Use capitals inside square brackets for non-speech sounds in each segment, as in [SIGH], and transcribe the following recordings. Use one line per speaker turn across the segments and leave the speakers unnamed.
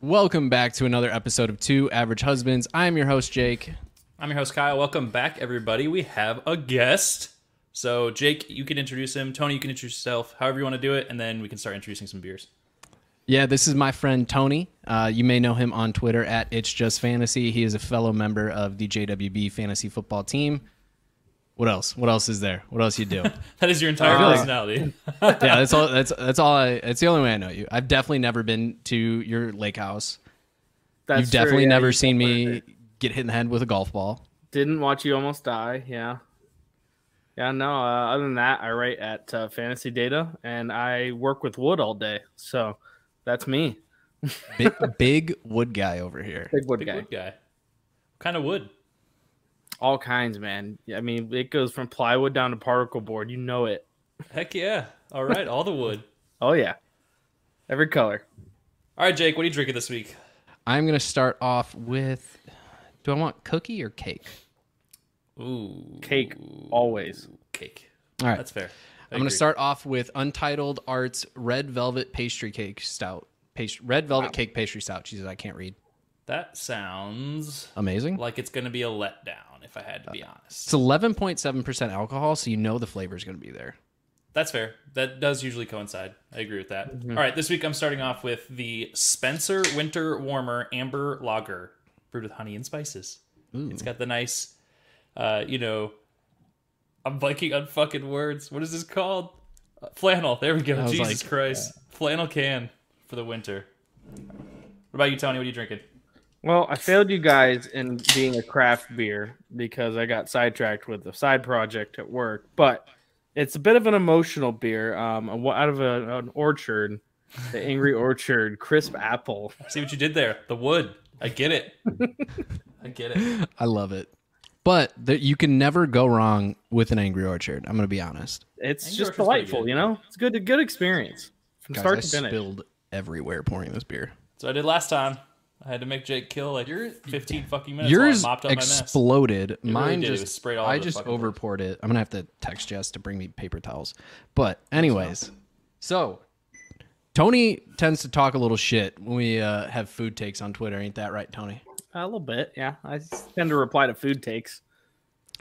Welcome back to another episode of Two Average Husbands. I'm your host, Jake.
I'm your host, Kyle. Welcome back, everybody. We have a guest. So, Jake, you can introduce him. Tony, you can introduce yourself, however you want to do it, and then we can start introducing some beers. [LAUGHS]
Yeah, this is my friend Tony. Uh, you may know him on Twitter at It's Just Fantasy. He is a fellow member of the JWB fantasy football team. What else? What else is there? What else you
[LAUGHS]
do?
That is your entire
feel like-
personality.
yeah, that's all. That's that's all. I, that's the only way I know you. I've definitely never been to your lake house.
That's
You've definitely
true, yeah,
never
you
seen
confirmed
me
it.
get hit in the head with a golf ball.
Didn't watch you almost die. Yeah. Yeah, no. Uh, other than that, I write at uh, Fantasy Data and I work with wood all day. So that's me.
Big, [LAUGHS] big wood guy over here.
Big
[LAUGHS]
wood
Big
guy.
wood guy. What kind of wood?
All kinds, man. Yeah, I mean, it goes from plywood down to particle board. You know it.
Heck yeah. All right, all the wood.
Oh, yeah. Every color.
All right, Jake, what are you drinking this week?
I'm gonna start off with. Do I want cookie or cake?
Ooh,
Cake, always.
cake.
All right.
That's fair. I
I'm going
agree.
to start off with Untitled Arts Red Velvet Pastry Cake Stout. Past- Red Velvet Cake Pastry Stout. Jesus, I can't read.
That sounds
Amazing.
like it's going to be a letdown, if I had to be
It's
honest.
11.7% alcohol, so you know the flavor is going to be there.
That's fair. That does usually coincide. I agree with that.
Mm-hmm.
All right, this week I'm starting off with the Spencer Winter Warmer Amber Lager, brewed with honey and spices. It's got the nice, uh, you know, I'm blanking on fucking words. What is this called? Uh, flannel. There we go.
was
Jesus
like,
Christ. Flannel can for the winter. What about you, Tony? What are you drinking?
Well, I failed you guys in being a craft beer because I got sidetracked with a side project at work, but it's a bit of an emotional beer. Um, a- out of a, an orchard, the Angry Orchard crisp apple.
See what you did there. The wood. I
[LAUGHS]
get it. I get it.
I love it. But the, you can never go wrong with an Angry Orchard. I'm going to be honest.
It's
Angry
just
Orchard's pretty
delightful,
good.
you know. It's good, a good experience from
Guys,
start
I
to finish.
spilled everywhere pouring this beer.
So I did last time. I had to make Jake kill like [LAUGHS] 15 fucking minutes
Yours
while I mopped up my mess.
exploded. Mine
did. It was
just
sprayed all
I
over the
just
fucking place.
over poured it. I'm gonna have to text Jess to bring me paper towels. But anyways, so Tony tends to talk a little shit when we uh, have food takes on Twitter. Ain't that right, Tony?
A little bit, yeah. I just tend to reply to food takes.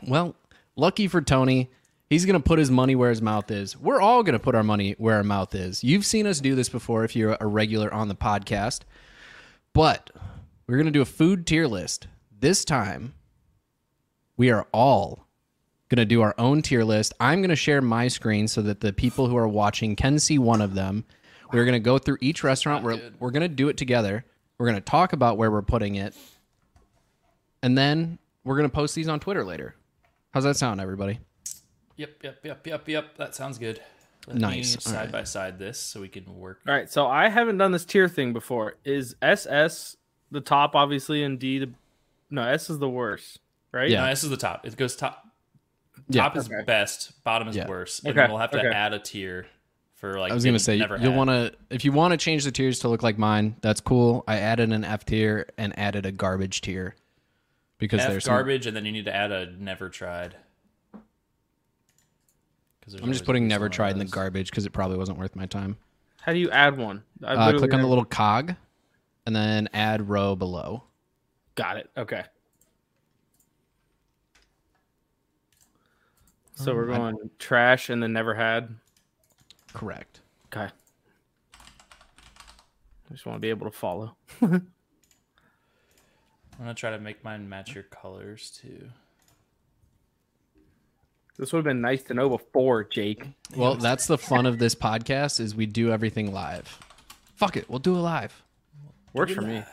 Well, lucky for Tony, he's gonna put his money where his mouth is. We're all gonna put our money where our mouth is. You've seen us do this before if you're a regular on the podcast, but we're gonna do a food tier list this time. We are all gonna do our own tier list. I'm gonna share my screen so that the people who are watching can see one of them. We're gonna go through each restaurant. We're we're gonna do it together. We're gonna talk about where we're putting it, and then we're gonna post these on Twitter later. How's that sound, everybody?
Yep, yep, yep, yep, yep. That sounds good. Let
Nice.
Me
All
side
right.
by side this so we can work.
All right, so I haven't done this tier thing before. Is SS the top, obviously, and D the no S is the worst, right?
Yeah.
No, this is the top. It goes top.
Yeah.
Top is
Okay.
best. Bottom is
Yeah.
worst. And
Okay,
then we'll have to
okay.
add a tier for like.
I was gonna
that
say
you
you
never
will
had.
want to if you want to change the tiers to look like mine. That's cool. I added an F tier and added a garbage tier because
F
there's some-
garbage, and then you need to add a never tried. 'Cause there's
I'm just
always
putting
at least
never
one of
tried in the
those.
garbage because it probably wasn't worth my time.
How do you add one? I
Uh,
literally
click on the
haven't-
little cog, and then add row below.
Got it. Okay. So we're going trash and then never had.
Correct.
Okay. I just want to be able to follow.
I'm gonna try to make mine match your colors too.
This would have been nice to know before, Jake.
Well, that's the fun of
[LAUGHS]
this podcast is we do everything live. Fuck it, we'll do it live.
Works for me.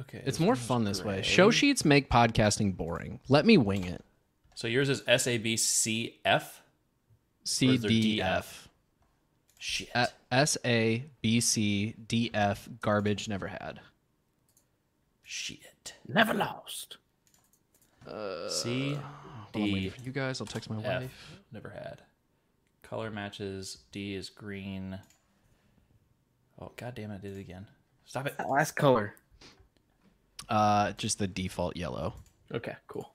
Okay.
It's more fun this way. Show sheets make podcasting boring. Let me wing it.
So yours is S A B C F.
C
there
D
DF?
F.
Shit.
A- S A B C D F garbage never had.
Shit.
Never lost.
uh,
C
Hold on, I'm waiting
D
for you guys. I'll text my wife.
F. Never had. Color matches. D is green. Oh god damn it! I did it again. Stop it.
Last color.
Uh, just the default yellow.
Okay, cool.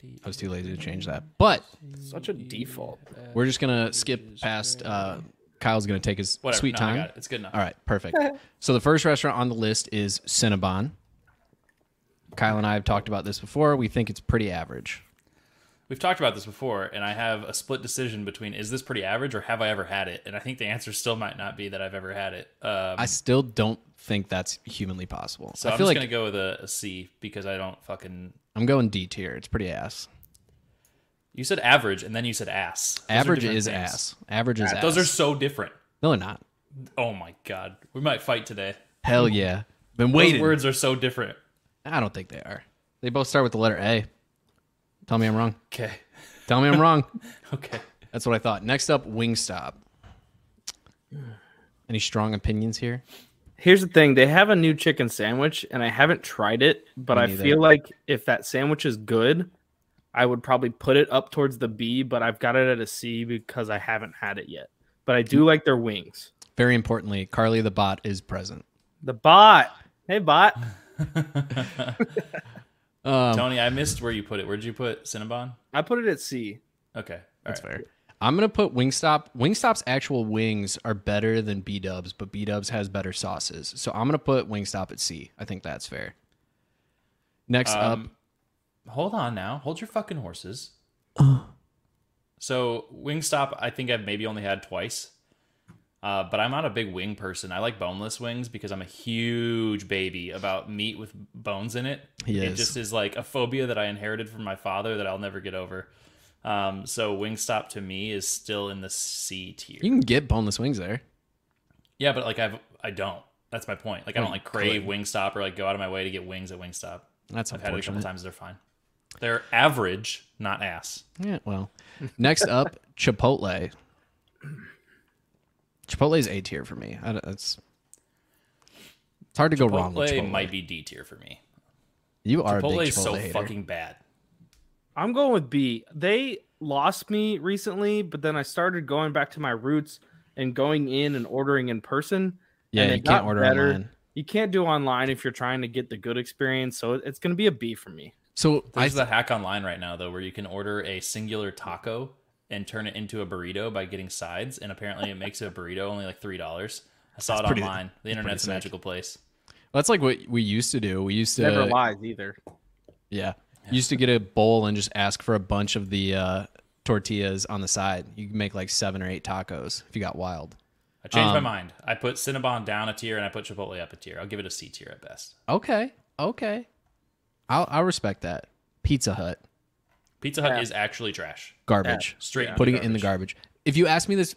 D
I was too lazy to change that. But
Such a default.
we're just gonna skip past uh, Kyle's going to take his
Whatever.
sweet
no, I
time.
got it. It's good enough.
All right, perfect. so the first restaurant on the list is Cinnabon. Kyle and I have talked about this before. We think it's pretty average.
We've talked about this before, and I have a split decision between is this pretty average or have I ever had it? And I think the answer still might not be that I've ever had it. Um,
I still don't think that's humanly possible.
so
I
I am
feel
just
like
gonna go with a, a C because I don't fucking.
I'm going D tier. It's pretty ass.
You said average, and then you said ass. Those are
Average
different
is
things.
ass. Average is ass.
Those are so different.
no, they're not.
Oh my god, we might fight today.
Hell yeah. Been
Those
waiting.
words are so different.
I don't think they are. They both start with the letter A. Tell me I'm wrong.
Okay, [LAUGHS]
Tell me I'm wrong.
okay.
That's what I thought. Next up, Wingstop. [SIGHS] Any strong opinions here?
Here's the thing: they have a new chicken sandwich, and I haven't tried it, but
Me
I
neither.
feel like if that sandwich is good, I would probably put it up towards the B. But I've got it at a C because I haven't had it yet. But I
Mm.
do like their wings.
Very importantly, Carly the bot is present.
The bot. Hey, bot.
Um,
Tony, I missed where you put it. Where'd you put Cinnabon?
I put it at C.
Okay, all
that's
right.
fair. I'm gonna put Wingstop. Wingstop's actual wings are better than B Dubs, but B Dubs has better sauces. So I'm gonna put Wingstop at C. I think that's fair. Next up,
Um, hold on now. Hold your fucking [GASPS] horses. so Wingstop, I think I've maybe only had twice. Uh, but I'm not a big wing person. I like boneless wings because I'm a huge baby about meat with bones in it.
He
it
is.
just is like a phobia that I inherited from my father that I'll never get over. Um, so Wingstop to me is still in the C tier.
you can get boneless wings there.
Yeah, but like I've I don't. That's my point. Like I don't like crave Wingstop or like go out of my way to get wings at Wingstop.
That's
I've had it a couple
unfortunate.
times. They're fine. They're average, not ass.
Yeah, well. Next up, Chipotle. Chipotle's A tier for me. I, don't- it's it's hard to go wrong with
Chipotle
Chipotle.
might be D tier for me.
you are a
Chipotle
big
is
Chipotle
so
hater.
fucking bad.
I'm going with B. They lost me recently, but then I started going back to my roots and going in and ordering in person.
yeah,
and it
you
got
can't order
better.
online.
You can't do online if you're trying to get the good experience. So it- it's going to be a B for me.
So I
There's that hack online right now though, where you can order a singular taco and turn it into a burrito by getting sides, and apparently it makes a burrito only like three dollars. I saw it
pretty-
online. The internet's a
sick.
magical place.
that's like what we used to do. We used to
Never lies either.
Yeah. Used to get a bowl and just ask for a bunch of the uh, tortillas on the side. You can make like seven or eight tacos if you got wild.
I changed my
Um,
mind. I put Cinnabon down a tier and I put Chipotle up a tier. I'll give it a C tier at best.
Okay. Okay. I'll, I'll respect that. Pizza Hut,
Pizza Hut
Yeah.
is actually trash.
garbage.
Straight into
Putting it in the garbage. If you asked me this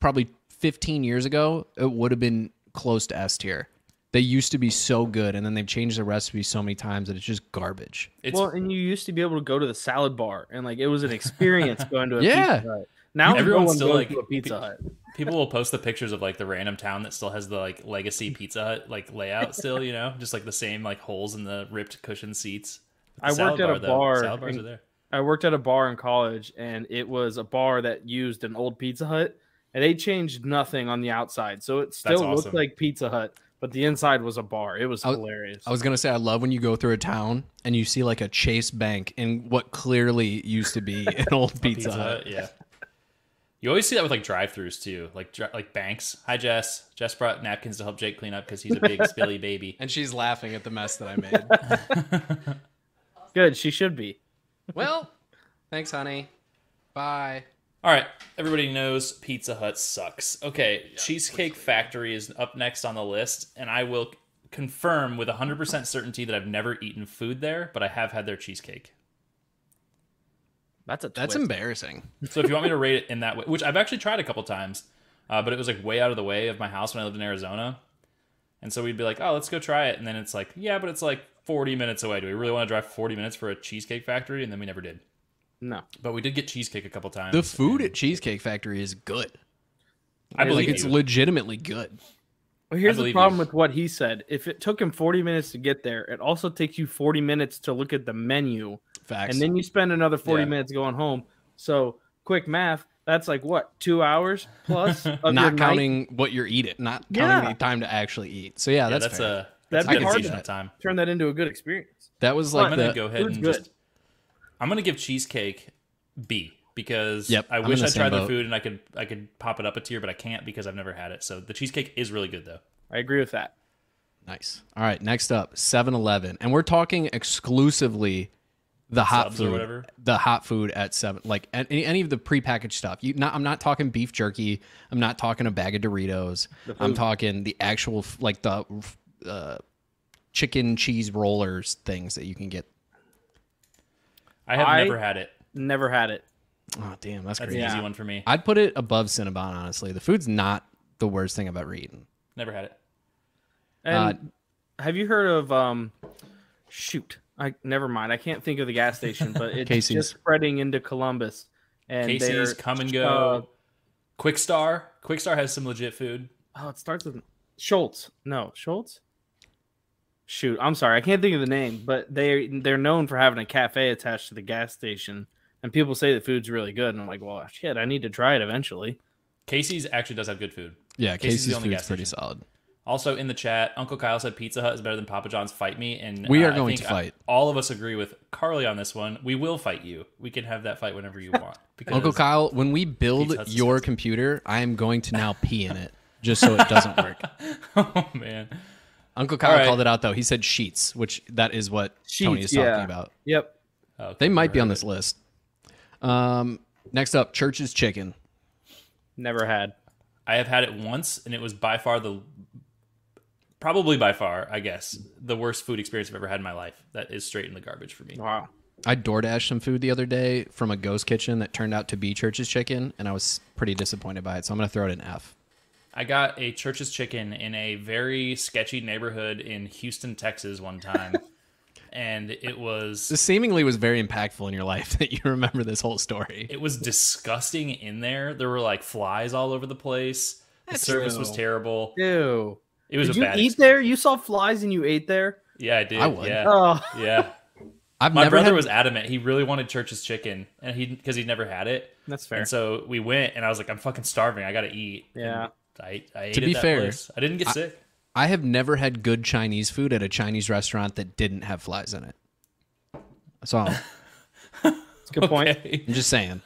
probably 15 years ago, it would have been close to S tier. They used to be so good, and then they've changed the recipe so many times that it's just garbage.
It's
well, and you used to be able to go to the salad bar and like it was an experience going to a
Yeah.
Pizza Hut. Now
Everyone's
everyone's
still,
still
like,
like to a Pizza
pe-
Hut.
people will post the pictures of like the random town that still has the like legacy Pizza Hut like layout still, you know, just like the same like holes in the ripped cushion seats. But the
I worked
salad
at a
though,
bar
Salad bars
in-
are there.
I worked at a bar in college, and it was a bar that used an old Pizza Hut, and they changed nothing on the outside, so it still
awesome.
looked like Pizza Hut, but the inside was a bar. It was
I was-
hilarious.
I was gonna say I love when you go through a town and you see like a Chase Bank in what clearly used to be [LAUGHS] an old Pizza,
Pizza
Hut.
Hut, yeah. You always see that with like drive-throughs too, like dri- like banks. Hi Jess. Jess brought napkins to help Jake clean up because he's a
[LAUGHS]
big spilly baby.
And she's laughing at the mess that I made.
Good, she should be.
well, thanks, honey. Bye.
All right, everybody knows Pizza Hut sucks. Okay, Cheesecake Factory is up next on the list, and I will c- confirm with 100% certainty that I've never eaten food there, but I have had their cheesecake.
That's a
That's
twist.
embarrassing.
So if you want me to rate it in that way, which I've actually tried a couple times, uh, but it was like way out of the way of my house when I lived in Arizona. And so we'd be like, oh, let's go try it. And then it's like, yeah, but it's like 40 minutes away. Do we really want to drive 40 minutes for a Cheesecake Factory? And then we never did.
no.
But we did get cheesecake a couple times.
The food at Cheesecake Factory is good.
I
Like
believe
it's
you.
legitimately good.
Well, here's
believe
the
you.
problem with what he said. If it took him 40 minutes to get there, it also takes you 40 minutes to look at the menu,
Facts.
and then you spend another 40
Yeah.
minutes going home. So, quick math, that's like what two hours
[LAUGHS]
plus of your
not
night?
counting what you're eating, not counting
Yeah.
the time to actually eat. So yeah,
yeah,
that's,
that's,
fair.
a that's
That'd
be
a
hard
hard
to-
time.
Turn that into a good experience.
that was
I'm
like
gonna
the
go ahead
food's
and
good.
just. I'm gonna give cheesecake B. B because
Yep,
I
I'm
wish
in the
I
same
tried the
boat.
food and I could I could pop it up a tier, but I can't because I've never had it. So the cheesecake is really good though.
I agree with that.
Nice. All right, next up, 7-Eleven. And we're talking exclusively the hot
Subs or
food.
whatever?
The hot food at 7 like any, any of the prepackaged stuff. You not I'm not talking beef jerky. I'm not talking a bag of Doritos. I'm talking the actual f- like the uh, chicken cheese rollers things that you can get.
I have
I-
never had it.
Never had it.
Oh, damn, that's
That's
crazy.
an
Yeah.
easy one for me.
I'd put it above Cinnabon, honestly. The food's not the worst thing I've ever eaten.
Never had it.
And
Uh,
have you heard of um shoot. I never mind. I can't think of the gas
[LAUGHS]
station, but it's
Casey's.
just spreading into Columbus. And
Casey's
they're, uh,
come and go. Quick Star. Quick Star has some legit food.
Oh, it starts with Schultz. No, Schultz. Shoot, I'm sorry, I can't think of the name, but they they're known for having a cafe attached to the gas station, and people say the food's really good. And I'm like, well, shit, I need to try it eventually.
Casey's actually does have good food.
Yeah,
Casey's the
Casey's,
only
food's
gas
pretty
station.
solid.
Also in the chat, Uncle Kyle said Pizza Hut is better than Papa John's. Fight me, and
We
uh,
are
I
going
think
to fight.
all of us agree with Carly on this one. We will fight you. We can have that fight whenever
[LAUGHS]
you want. Because
Uncle Kyle, when we build
Hut's
your computer, I am going to now pee in it just so it doesn't work.
[LAUGHS] oh man,
Uncle Kyle
right.
called it out though. He said sheets, which that is what Tony
Sheets,
is talking
yeah.
about.
Yep.
Oh,
They
okay,
might be
we're-
on this list. Um, next up, Church's Chicken.
Never had.
I have had it once, and it was by far the probably by far, I guess, the worst food experience I've ever had in my life. That is straight in the garbage for me.
Wow.
I DoorDashed some food the other day from a ghost kitchen that turned out to be Church's Chicken, and I was pretty disappointed by it. So I'm going to throw it an F.
I got a church's chicken in a very sketchy neighborhood in Houston, Texas, one time, and it was
This seemingly was very impactful in your life [LAUGHS] that you remember this whole story.
it was disgusting in there. There were like flies all over the place. The service was
no.
terrible.
Ew.
It was
Did
a
you
bad.
eat
ex-
there? You saw flies and you ate there?
yeah, I did.
I would.
Yeah,
[LAUGHS] Oh,
yeah.
I've
My
never
brother
had,
was adamant. He really wanted church's chicken, and he because he'd never had it.
that's fair.
And so we went, and I was like, I'm fucking starving. I gotta eat.
Yeah.
And I, I ate
To
at
be
that
fair,
place. I didn't get sick.
I have never had good Chinese food at a Chinese restaurant that didn't have flies in it. That's all.
That's a good point.
[LAUGHS] Okay.
I'm just saying.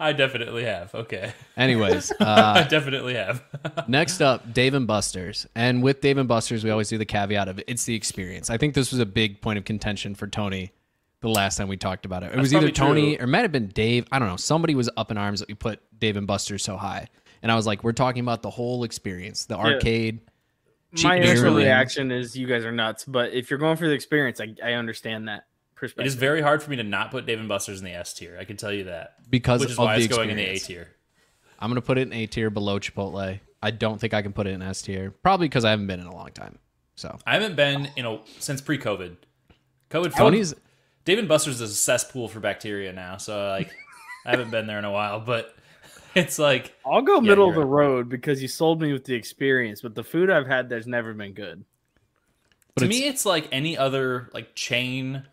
I definitely have. Okay.
Anyways, uh,
[LAUGHS] I definitely
[LAUGHS]
have.
next up, Dave and Buster's. And with Dave and Buster's, we always do the caveat of it's the experience. I think this was a big point of contention for Tony the last time we talked about it. It was either
probably
Tony or
true.
it might have been Dave. I don't know. Somebody was up in arms that we put Dave and Buster's so high. And I was like, we're talking about the whole experience, the arcade. cheap
My
beer
initial
and-
reaction is you guys are nuts, but if you're going for the experience, I, I understand that
it
perspective.
is very hard for me to not put Dave and Buster's in the S tier. I can tell you that.
Because
Which is
of
why
the
it's going in the A
experience.
tier.
I'm gonna put it in A tier below Chipotle. I don't think I can put it in S tier, probably because I haven't been in a long time. So
I haven't been in a since pre-COVID. COVID.
Tony's
Dave and Buster's is a cesspool for bacteria now, so like I haven't been there in a while, but [LAUGHS] it's like
I'll go middle of
you're
the road because you sold me with the experience, but the food I've had there's never been good.
But
to
it's-
me it's like any other like chain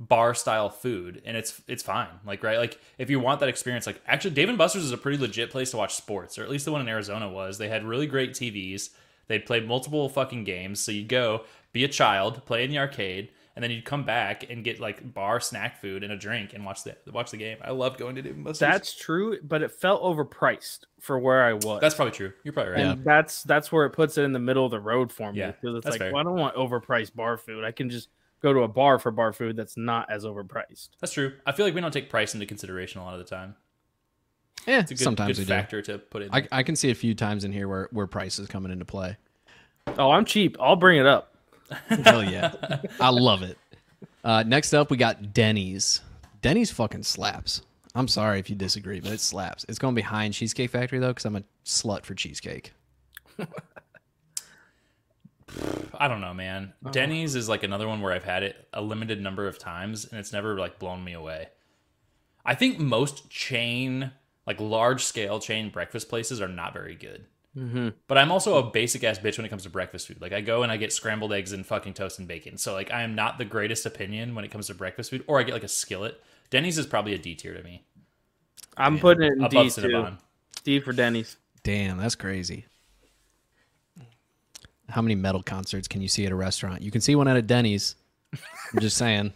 bar style food and it's it's fine. Like right? Like if you want that experience like actually Dave and Buster's is a pretty legit place to watch sports, or at least the one in Arizona was. They had really great TVs. They played multiple fucking games, so you'd go be a child, play in the arcade, and then you'd come back and get like bar snack food and a drink and watch the watch the game. I love going to Dave and Buster's.
That's true, but it felt overpriced for where I was.
that's probably true. You're probably right.
and that's that's where it puts it in the middle of the road for me.
Yeah,
because it's
that's
like,
fair.
well, I don't want overpriced bar food. I can just go to a bar for bar food that's not as overpriced.
That's true. I feel like we don't take price into consideration a lot of the time.
eh,
It's a good,
sometimes
good
we do.
factor to put in.
I, I can see a few times in here where where price is coming into
[LAUGHS]
play.
Oh, I'm cheap. I'll bring it up.
Hell yeah, I love it. Uh, next up, we got Denny's. Denny's fucking slaps. I'm sorry if you disagree, but it slaps. It's going behind Cheesecake Factory though, because I'm a slut for cheesecake.
I don't know, man. Denny's is like another one where I've had it a limited number of times and it's never like blown me away. I think most chain, like large scale chain breakfast places are not very good. Mm-hmm. But I'm also a basic ass bitch when it comes to breakfast food. Like I go and I get scrambled eggs and fucking toast and bacon. So like I am not the greatest opinion when it comes to breakfast food, or I get like a skillet. Denny's is probably a D tier to me.
I'm putting it in
Above
D too.
Cinnabon.
D for Denny's.
Damn, that's crazy. How many metal concerts can you see at a restaurant? You can see one at a Denny's. I'm just saying.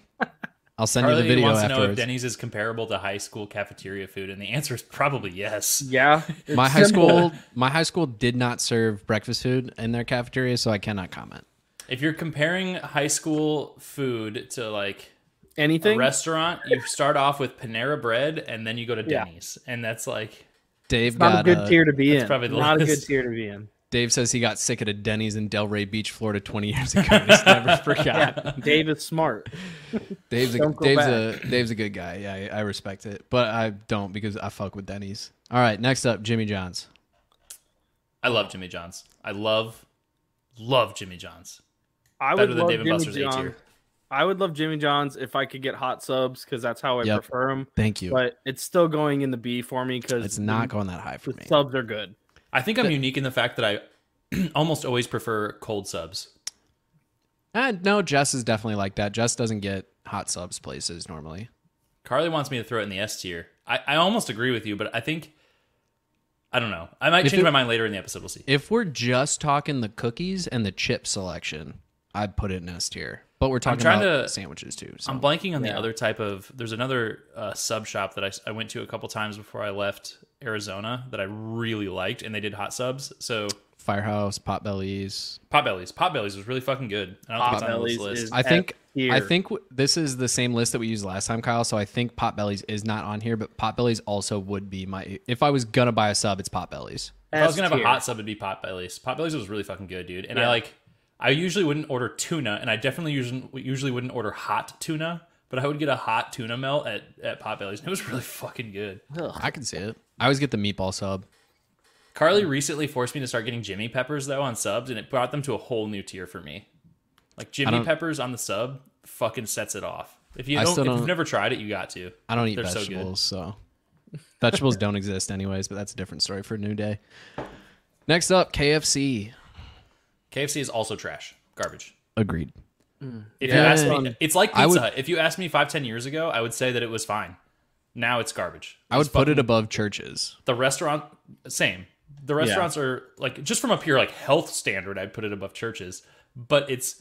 I'll send you the
Harley
video
wants to know if
afterwards.
Denny's is comparable to high school cafeteria food, and the answer is probably yes.
Yeah.
[LAUGHS]
it's
My high
simple.
school, my high school did not serve breakfast food in their cafeteria, so I cannot comment.
If you're comparing high school food to like a
anything.
restaurant, you start off with Panera Bread, and then you go to
Yeah.
Denny's, and that's like
Dave
not
got,
a good
uh,
tier to be in.
probably the
not a
lowest.
good tier to be
[LAUGHS]
in.
Dave says he got sick at a Denny's in Delray Beach, Florida, 20 years ago. and He's never forgot.
Dave is smart.
Dave's a,
Don't go
Dave's a Dave's a good guy. Yeah, I, I respect it, but I don't because I fuck with Denny's. All right, next up, Jimmy John's.
I love Jimmy John's. I love love Jimmy John's.
I
Better
would
than
love
Dave and
Jimmy
Buster's A
John's.
tier.
I would love Jimmy John's if I could get hot subs because that's how I
Yep.
prefer them.
Thank you.
But it's still going in the B for me because
it's not going that high for
The
me.
subs are good.
I think I'm unique in the fact that I [CLEARS THROAT] almost always prefer cold subs.
Uh, no, Jess is definitely like that. Jess doesn't get hot subs places normally.
Carly wants me to throw it in the S tier. I, I almost agree with you, but I think I don't know. I might
If
change
it-
my mind later in the episode. We'll see.
If we're just talking the cookies and the chip selection, I'd put it in S tier. But we're talking
trying
about
to-
sandwiches too. So.
I'm blanking on the other type of. There's another uh, sub shop that I, s- I went to a couple times before I left Arizona that I really liked, and they did hot subs. So
Firehouse, Potbellies.
Potbellies, Potbellies was really fucking good. I don't think it's on
Potbellies
this
is-
list.
I
F
think I
tier.
think w- this is the same list that we used last time, Kyle. So I think Potbellies is not on here, but Potbellies also would be my. If I was gonna buy a sub, it's Potbellies.
If I was gonna have
S
a
tier.
hot sub, it'd be Potbellies. Potbellies was really fucking good, dude. And I
Yeah.
like, I usually wouldn't order tuna, and I definitely usually usually wouldn't order hot tuna, but I would get a hot tuna melt at at Potbellies, and it was really fucking good.
I can see it. I always get the meatball sub.
Carly recently forced me to start getting Jimmy Peppers though on subs, and it brought them to a whole new tier for me. Like Jimmy
don't-
Peppers on the sub fucking sets it off. If you
I
don't,
still
if you've
don't-
never tried it, you got to.
I don't eat
They're so good.
vegetables, so, [LAUGHS] vegetables don't exist anyways. But that's a different story for a new day. Next up, KFC.
KFC is also trash, garbage.
Agreed.
If
Yeah.
you ask me, it's like
I
pizza.
would-
if you asked me five, ten years ago, I would say that it was fine. Now it's garbage.
I would put it above churches.
The restaurant, same. The restaurants are like just from a pure like health standard, I'd put it above churches. But it's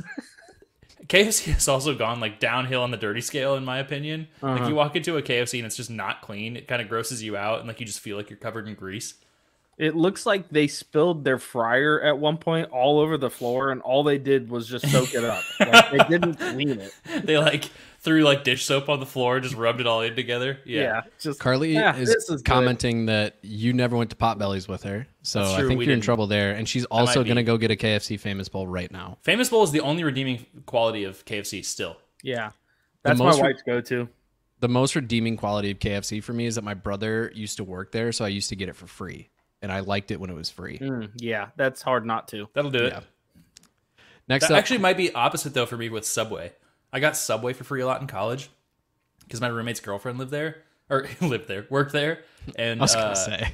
KFC has also gone like downhill on the dirty scale, in my opinion. Like you walk into a KFC and it's just not clean. It kind of grosses you out, and like you just feel like you're covered in grease. [LAUGHS]
It looks like they spilled their fryer at one point all over the floor, and all they did was just soak
[LAUGHS]
it up. Like, they didn't clean it.
they like threw like dish soap on the floor, just rubbed it all in together.
Yeah,
Yeah,
just
Carly
Yeah,
is,
this is good.
commenting that you never went to Potbellies with her, so
That's
I
true,
think
we
you're in
didn't.
trouble there. And she's also
might be.
gonna go get a KFC famous bowl right now.
Famous Bowl is the only redeeming quality of KFC still.
Yeah, that's my
most re-
wife's go-to.
the most redeeming quality of KFC for me is that my brother used to work there, so I used to get it for free, and I liked it when it was free.
Mm, yeah, that's hard not to.
That'll do it.
Yeah. Next
That
up,
actually might be opposite though for me with Subway. I got Subway for free a lot in college because my roommate's girlfriend lived there or [LAUGHS] lived there, worked there, and
I was
uh,
gonna say.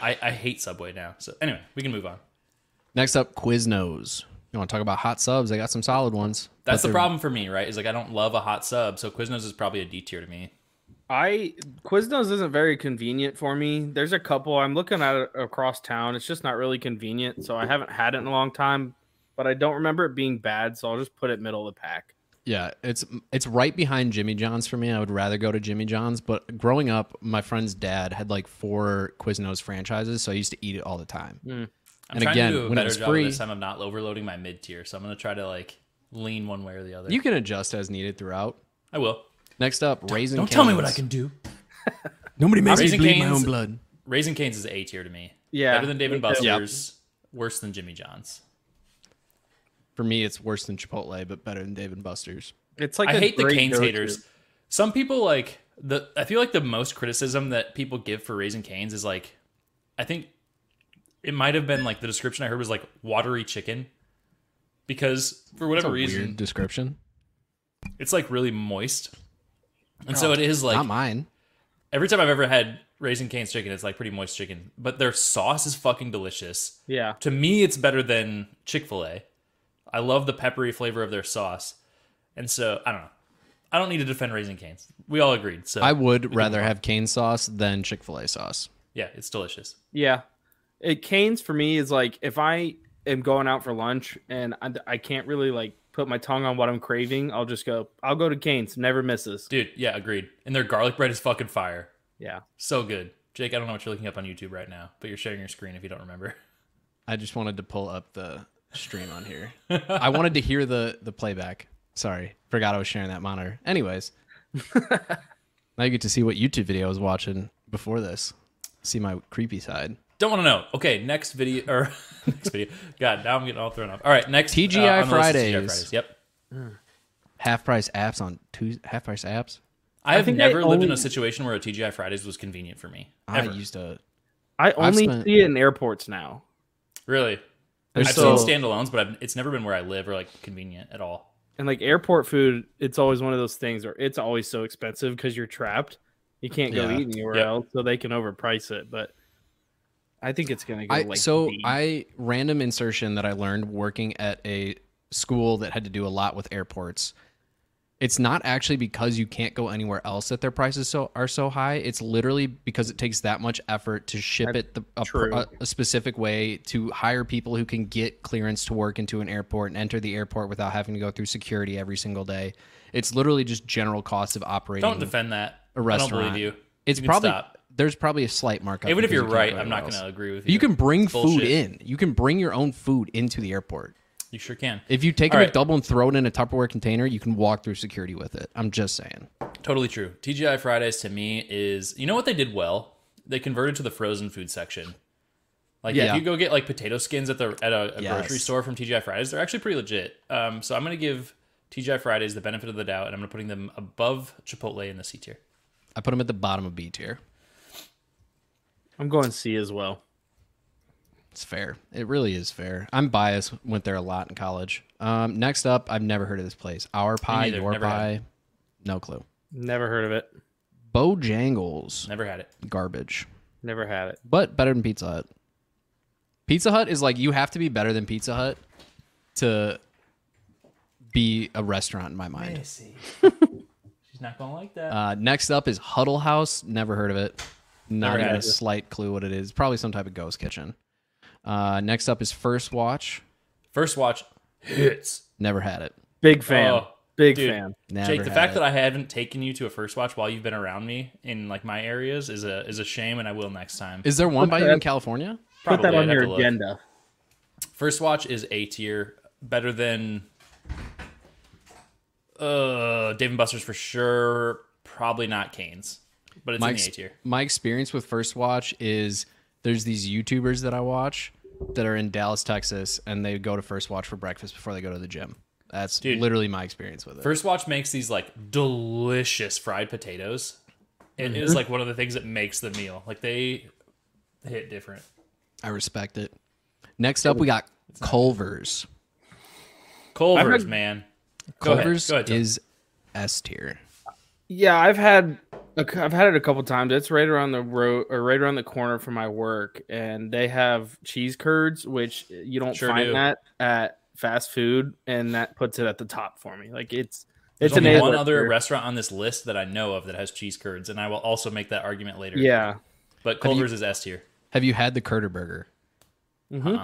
I, I hate Subway now. So anyway, we can move on.
Next up, Quiznos. You want to talk about hot subs? I got some solid ones. but
That's the
they're-
problem for me, right? Is like I don't love a hot sub, so Quiznos is probably a D tier to me.
I Quiznos isn't very convenient for me. There's a couple I'm looking at it across town. It's just not really convenient, so I haven't had it in a long time. But I don't remember it being bad, so I'll just put it middle of the pack.
Yeah, it's it's right behind Jimmy John's for me. I would rather go to Jimmy John's, but growing up, my friend's dad had like four Quiznos franchises, so I used to eat it all the time.
I'm
And
trying
again,
to do a
when it
better
was
job
free-
this time. I'm not overloading my mid tier, so I'm gonna try to like lean one way or the other.
You can adjust as needed throughout.
I will.
Next up, Raisin.
Don't tell me what I
Cane's.
can do.
Nobody makes
Raising
me bleed my
Cane's-
own blood.
Raisin Cane's is A tier to me.
Yeah,
better than Dave and
me too.
Buster's. Worse than Jimmy John's.
For me, it's worse than Chipotle, but better than Dave and Buster's.
It's like
I
a
hate the
great
Canes
go-to.
haters. Some people like the. I feel like the most criticism that people give for Raising Canes is like, I think it might have been like the description I heard was like watery chicken, because for
That's
whatever
a
reason
weird description.
it's like really moist, and so it is like
Oh, Not mine.
every time I've ever had Raising Canes chicken, it's like pretty moist chicken, but their sauce is fucking delicious.
Yeah,
To me, it's better than Chick Fil A. I love the peppery flavor of their sauce, and so I don't know. I don't need to defend Raising Canes. We all agreed. So
I would rather have cane sauce than Chick Fil A sauce.
Yeah, it's delicious.
yeah. It Canes for me is like if I am going out for lunch and I, I can't really like put my tongue on what I'm craving, I'll just go. I'll go to Canes. Never misses.
Dude, yeah, agreed. And their garlic bread is fucking fire.
Yeah.
So good. Jake, I don't know what you're looking up on YouTube right now, but you're sharing your screen if you don't remember. [LAUGHS]
I just wanted to pull up the stream on here. I wanted to hear the the playback. Sorry, forgot I was sharing that monitor. Anyways, now you get to see what YouTube video I was watching before this. See my creepy side.
Don't want to know. Okay, next video [LAUGHS] or next video. God, now I'm getting all thrown off. All right, next uh,
TGI
on the list is TGI
Fridays.
Fridays. Yep.
Half price apps on Tuesday. Half price apps.
I have
think I
never lived in a
only-
situation where a TGI Fridays was convenient for me.
I
Ever.
used a.
I only
spent-
see it in airports now.
really.
There's
I've
still,
seen standalones, but I've, it's never been where I live or like convenient at all.
And like airport food, it's always one of those things where it's always so expensive because you're trapped. You can't go
Yeah.
eat anywhere
Yep.
else, so they can overprice it. But I think it's gonna go
I,
like
so
B.
I random insertion that I learned working at a school that had to do a lot with airports. It's not actually because you can't go anywhere else that their prices so are so high. It's literally because it takes that much effort to ship it the, a, pr-
true.
a, a specific way to hire people who can get clearance to work into an airport and enter the airport without having to go through security every single day. It's literally just general cost of operating.
Don't defend that.
Mm-hmm. a restaurant.
I don't believe you.
It's
You can
probably
stop.
there's probably a slight markup.
even if
because
you're
you can't go
right. I'm
anywhere
not going
else.
to agree with you.
You can bring food
bullshit.
in. You can bring your own food into the airport.
You sure can.
If you take
All
a
right.
McDouble and throw it in a Tupperware container, you can walk through security with it. I'm just saying.
Totally true. TGI Fridays to me is you know what they did well? They converted to the frozen food section. Like
Yeah.
if you go get like potato skins at the at a, a
Yes.
grocery store from TGI Fridays, they're actually pretty legit. Um, so I'm gonna give TGI Fridays the benefit of the doubt, and I'm gonna putting them above Chipotle in the C tier.
I put them at the bottom of B tier.
I'm going C as well.
It's fair. It really is fair. I'm biased. Went there a lot in college. Um, next up, I've never heard of this place. Our pie,
neither.
your
Never had
pie. No clue.
Never heard of it.
Bojangles.
Never had it.
Garbage.
Never had it.
But better than Pizza Hut. Pizza Hut is like you have to be better than Pizza Hut to be a restaurant in my mind.
[LAUGHS] She's not gonna like that.
Uh, next up is Huddle House. Never heard of it. Not
Never
even
had
a
it.
slight clue what it is. Probably some type of ghost kitchen. Uh, next up is First Watch.
First watch hits.
Never had it.
Big fan.
Oh,
Big
dude.
fan.
Never
Jake, the
had
fact
it.
that I haven't taken you to a first watch while you've been around me in like my areas is a is a shame, and I will next time.
is there one by you
that-
in California?
Put that
I'd
on
have
your
to look.
agenda.
First watch is A tier, better than uh Dave and Buster's for sure. Probably not Canes, but it's
My,
in the
ex-
A tier.
my experience with First Watch is there's these YouTubers that I watch that are in Dallas, Texas, and they go to First Watch for breakfast before they go to the gym. That's
Dude.
literally my experience with it.
First watch makes these like delicious fried potatoes. It is
Mm-hmm.
like one of the things that makes the meal. Like they hit different.
I respect it. Next up, we got Culver's.
Culver's,
heard-
man. Go ahead.
Culver's
Go ahead, Tim.
is S tier.
Yeah, I've had a c- I've had it a couple times. It's right around the road or right around the corner from my work, and they have cheese curds, which eh, you don't
Sure
find
do.
that at fast food, and that puts it at the top for me. Like it's
There's
it's an
only
A
one
list
other
here.
restaurant on this list that I know of that has cheese curds, and I will also make that argument later.
Yeah,
But Culver's is S tier. Uh-uh.
Have you had the Curter Burger?
Mm-hmm.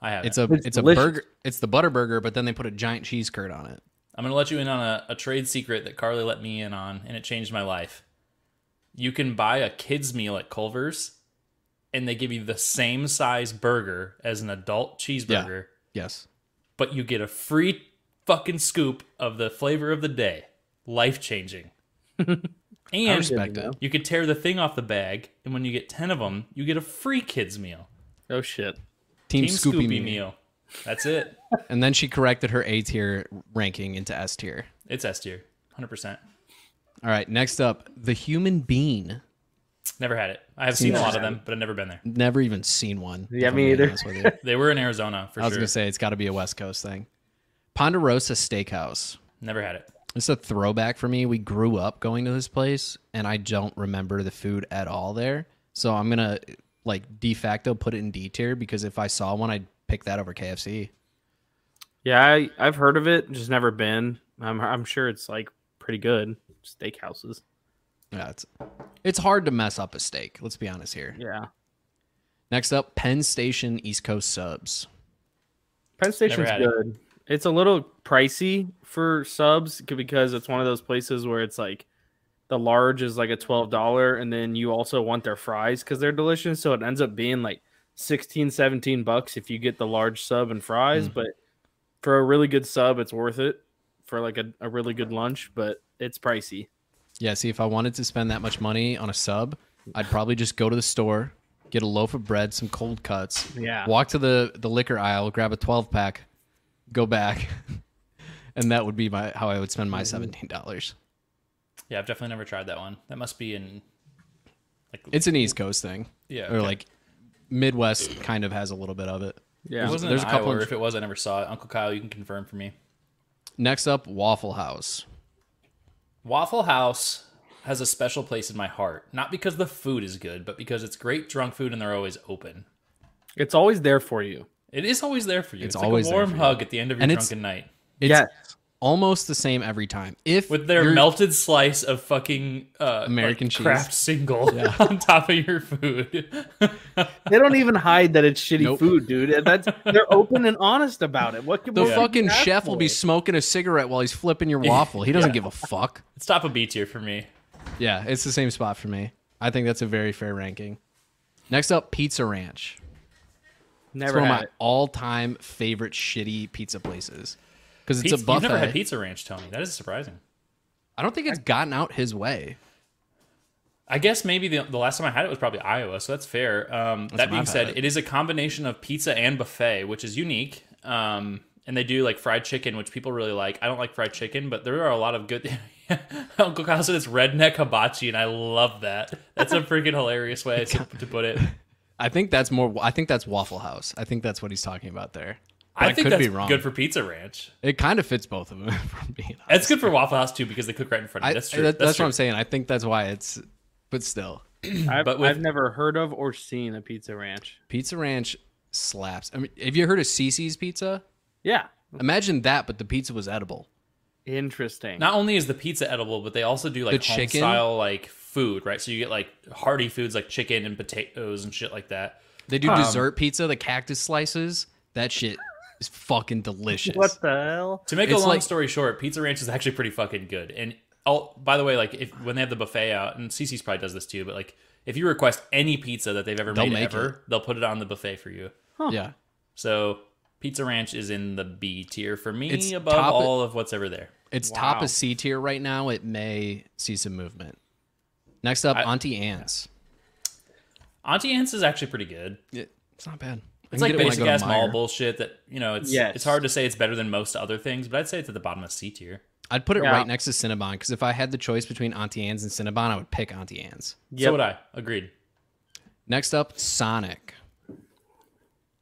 I have.
It's a it's,
Hmm? It's
a
delicious.
burger. It's the butter burger, but then they put a giant cheese curd on it.
I'm gonna let you in on a, a trade secret that Carly let me in on, and it changed my life. You can buy a kid's meal at Culver's, and they give you the same size burger as an adult cheeseburger,
Yes,
but you get a free fucking scoop of the flavor of the day. Life changing.
I
and
respect
know.
it.
you could tear the thing off the bag, and when you get 10 of them, you get a free kid's meal.
Oh shit.
Team,
Team Scoopy,
Scoopy,
meal.
meal.
That's it.
And then she corrected her A tier ranking into S tier.
it's S tier. 100%.
All right, next up, the human bean.
Never had it. I have seen a
Never
lot of
had
them, but I've never been there.
Never even seen one.
Yeah,
if I'm
me
being
either.
honest
[LAUGHS]
with you.
They were in Arizona for
I was
sure.
gonna say it's got to be a West Coast thing. Ponderosa Steakhouse.
Never had it.
It's a throwback for me. We grew up going to this place, and I don't remember the food at all there. So I'm gonna like de facto put it in D tier because if I saw one, I'd pick that over KFC.
Yeah, I, I've heard of it, just never been. I'm I'm sure it's like pretty good steakhouses.
Yeah, it's it's hard to mess up a steak. Let's be honest here.
Yeah,
Next up, Penn Station East Coast subs.
Penn Station's
had it.
good. It's a little pricey for subs c- because it's one of those places where it's like the large is like a twelve dollar, and then you also want their fries because they're delicious. So it ends up being like 16, 17 bucks if you get the large sub and fries.
Hmm.
But for a really good sub, it's worth it for like a, a really good lunch. But it's pricey.
Yeah, see, if I wanted to spend that much money on a sub, I'd probably just go to the store, get a loaf of bread, some cold cuts,
Yeah.
walk to the, the liquor aisle, grab a 12 pack, go back, [LAUGHS] and that would be my how I would spend my $17.
Yeah, I've definitely never tried that one. That must be in like
It's an East Coast thing,
yeah,
or
okay.
like Midwest kind of has a little bit of it.
it
Yeah.
wasn't
there's
in
a couple
Iowa, or
in-
if it was, I never saw it. Uncle Kyle, you can confirm for me.
Next up, Waffle House.
Waffle House has a special place in my heart, not because the food is good, but because it's great drunk food and they're always open.
It's always there for you.
It is always there for you. It's,
always
like
there
a warm
for you.
hug at the end of your
And it's-
drunken night
It's almost the same every time. If
with their
you're-
melted slice of fucking uh,
American cheese.
craft single [LAUGHS] on top of your food.
They don't even hide that it's shitty
Nope.
food, dude. That's they're open and honest about it. What could
the
what could
fucking
you ask
chef will be
for?
smoking a cigarette while he's flipping
[LAUGHS]
your waffle. He doesn't give a fuck.
it's top of B tier for me.
Yeah, it's the same spot for me. I think that's a very fair ranking. Next up, Pizza Ranch. It's
never
one of
had
my
it.
all-time favorite shitty pizza places because it's
Pizza,
a
you've
buffet.
never had Pizza Ranch, Tony. That is surprising.
I don't think it's gotten out his way.
I guess maybe the, the last time I had it was probably Iowa, so that's fair. Um, that
when
being
I've had
said,
it.
it is a combination of pizza and buffet, which is unique. Um, and they do like fried chicken, which people really like. I don't like fried chicken, but there are a lot of good. [LAUGHS] Uncle Kyle said it's redneck hibachi, and I love that. That's a freaking hilarious
[LAUGHS]
way to, to put it.
I think that's more. I think that's Waffle House. I think that's what he's talking about there. But
I think
could
that's
be wrong.
good for Pizza Ranch.
it kind of fits both of them. [LAUGHS] From being honest.
That's good for Waffle House too because they cook right in front of
I-
you. That's true.
that-
that's
that's
true.
what I'm saying. I think that's why it's. But still,
I've,
but with-
I've never heard of or seen a pizza ranch.
Pizza Ranch slaps. I mean, have you heard of Cece's Pizza?
Yeah,
Imagine that, but the pizza was edible.
interesting.
Not only is the pizza edible, but they also do like
The
home
chicken?
style like food, right? So you get like hearty foods like chicken and potatoes and shit like that.
They do dessert pizza, the cactus slices. That shit is fucking delicious.
what the hell?
To make a
It's
long
like-
story short, Pizza Ranch is actually pretty fucking good. And oh, by the way, like if when they have the buffet out, and CC's probably does this too, but like if you request any pizza that they've ever
They'll
made
make
ever, they'll put it on the buffet for you.
Yeah.
So Pizza Ranch is in the B tier for me,
It's
above
top-
all of what's ever there.
It's top
Wow.
of C tier right now. It may see some movement. Next up, Auntie Anne's.
Auntie Anne's is actually pretty good.
It- it's not bad. I can
It's like
get it when I
basic
go to
ass mall
Meijer.
bullshit that you know. It's
Yes.
it's hard to say it's better than most other things, but I'd say it's at the bottom of C tier.
I'd put it
Yeah.
right next to Cinnabon because if I had the choice between Auntie Anne's and Cinnabon, I would pick Auntie Anne's.
Yep.
So would I. Agreed.
Next up, Sonic.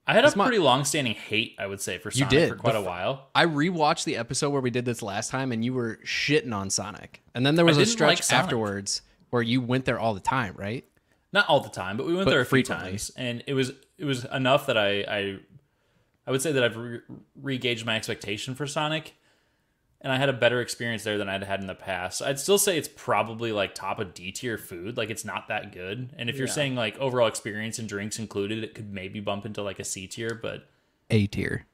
I had a
my-
pretty long standing hate, I would say, for Sonic
did.
for quite
The
a
f-
while.
I rewatched the episode where we did this last time, and you were shitting on Sonic. And then there was a
didn't like
stretch
Sonic.
afterwards where you went there all the time, right?
Not all the time, but we went there a few
frequently.
times, and it was it was enough that I I, I would say that I've re- re-gauged my expectation for Sonic, and I had a better experience there than I'd had in the past. I'd still say it's probably like top of D tier food. Like it's not that good. And if you're saying like overall experience and drinks included, it could maybe bump into like a C tier, but
A tier.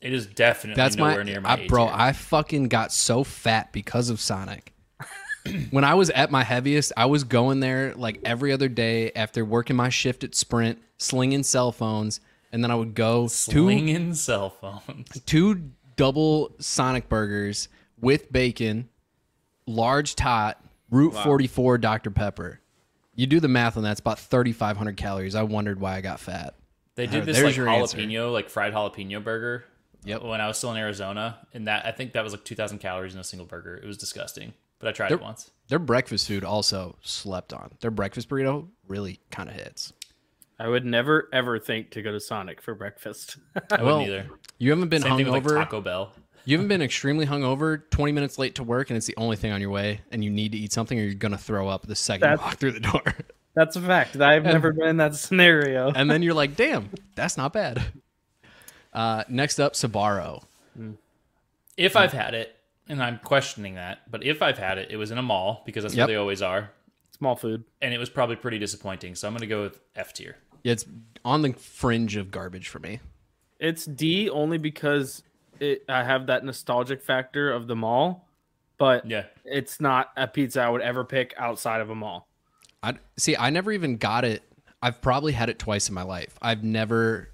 It is definitely
That's
nowhere
my,
near my
I,
A
bro.
tier.
I fucking got so fat because of Sonic. [CLEARS THROAT] when I was at my heaviest, I was going there like every other day after working my shift at Sprint, slinging cell phones, and then I would go two
slinging cell phones. [LAUGHS]
two double Sonic burgers with bacon, large tot, Route 44 Dr Pepper. You do the math on that; it's about 3,500 calories. I wondered why I got fat.
They did this
There's
like
your
jalapeno,
answer.
like fried jalapeno burger.
Yep.
When I was still in Arizona, and that I think that was like two thousand calories in a single burger. It was disgusting, but I tried it once.
Their breakfast food also slept on. Their breakfast burrito really kind of hits.
I would never ever think to go to Sonic for breakfast. [LAUGHS]
I
Well,
wouldn't either.
You haven't been
Same thing with
hungover.
like Taco Bell.
You haven't been extremely hungover, 20 minutes late to work, and it's the only thing on your way, and you need to eat something or you're going to throw up the second you
That's-
walk through the door. [LAUGHS]
That's a fact. I've never been in that scenario.
and then you're like, damn, that's not bad. Uh, next up, Sabaro.
If I've had it, and I'm questioning that, but if I've had it, it was in a mall because that's
Yep.
where they always are,
Small food.
and it was probably pretty disappointing. So I'm gonna go with F tier.
Yeah, it's on the fringe of garbage for me.
It's D only because it, I have that nostalgic factor of the mall, but
Yeah.
it's not a pizza I would ever pick outside of a mall.
I see. I never even got it. I've probably had it twice in my life. I've never,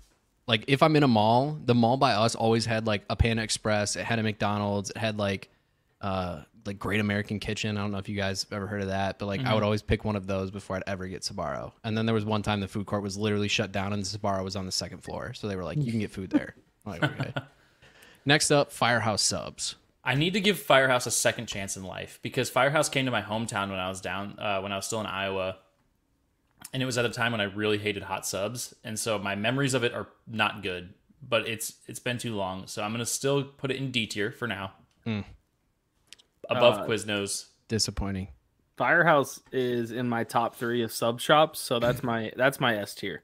like, if I'm in a mall, the mall by us always had like a Panda Express. It had a McDonald's. It had like, uh, like Great American Kitchen. I don't know if you guys have ever heard of that, but like, I would always pick one of those before I'd ever get Sabaro. And then there was one time the food court was literally shut down, and the Sabaro was on the second floor, so they were like, "You can get food there." I'm like, okay. Next up, Firehouse Subs.
I need to give Firehouse a second chance in life because Firehouse came to my hometown when I was down uh, when I was still in Iowa, and it was at a time when I really hated hot subs, and so my memories of it are not good. But it's it's been too long, so I'm gonna still put it in D tier for now. Above
Uh,
Quiznos,
Disappointing.
Firehouse is in my top three of sub shops, so that's my that's my S tier.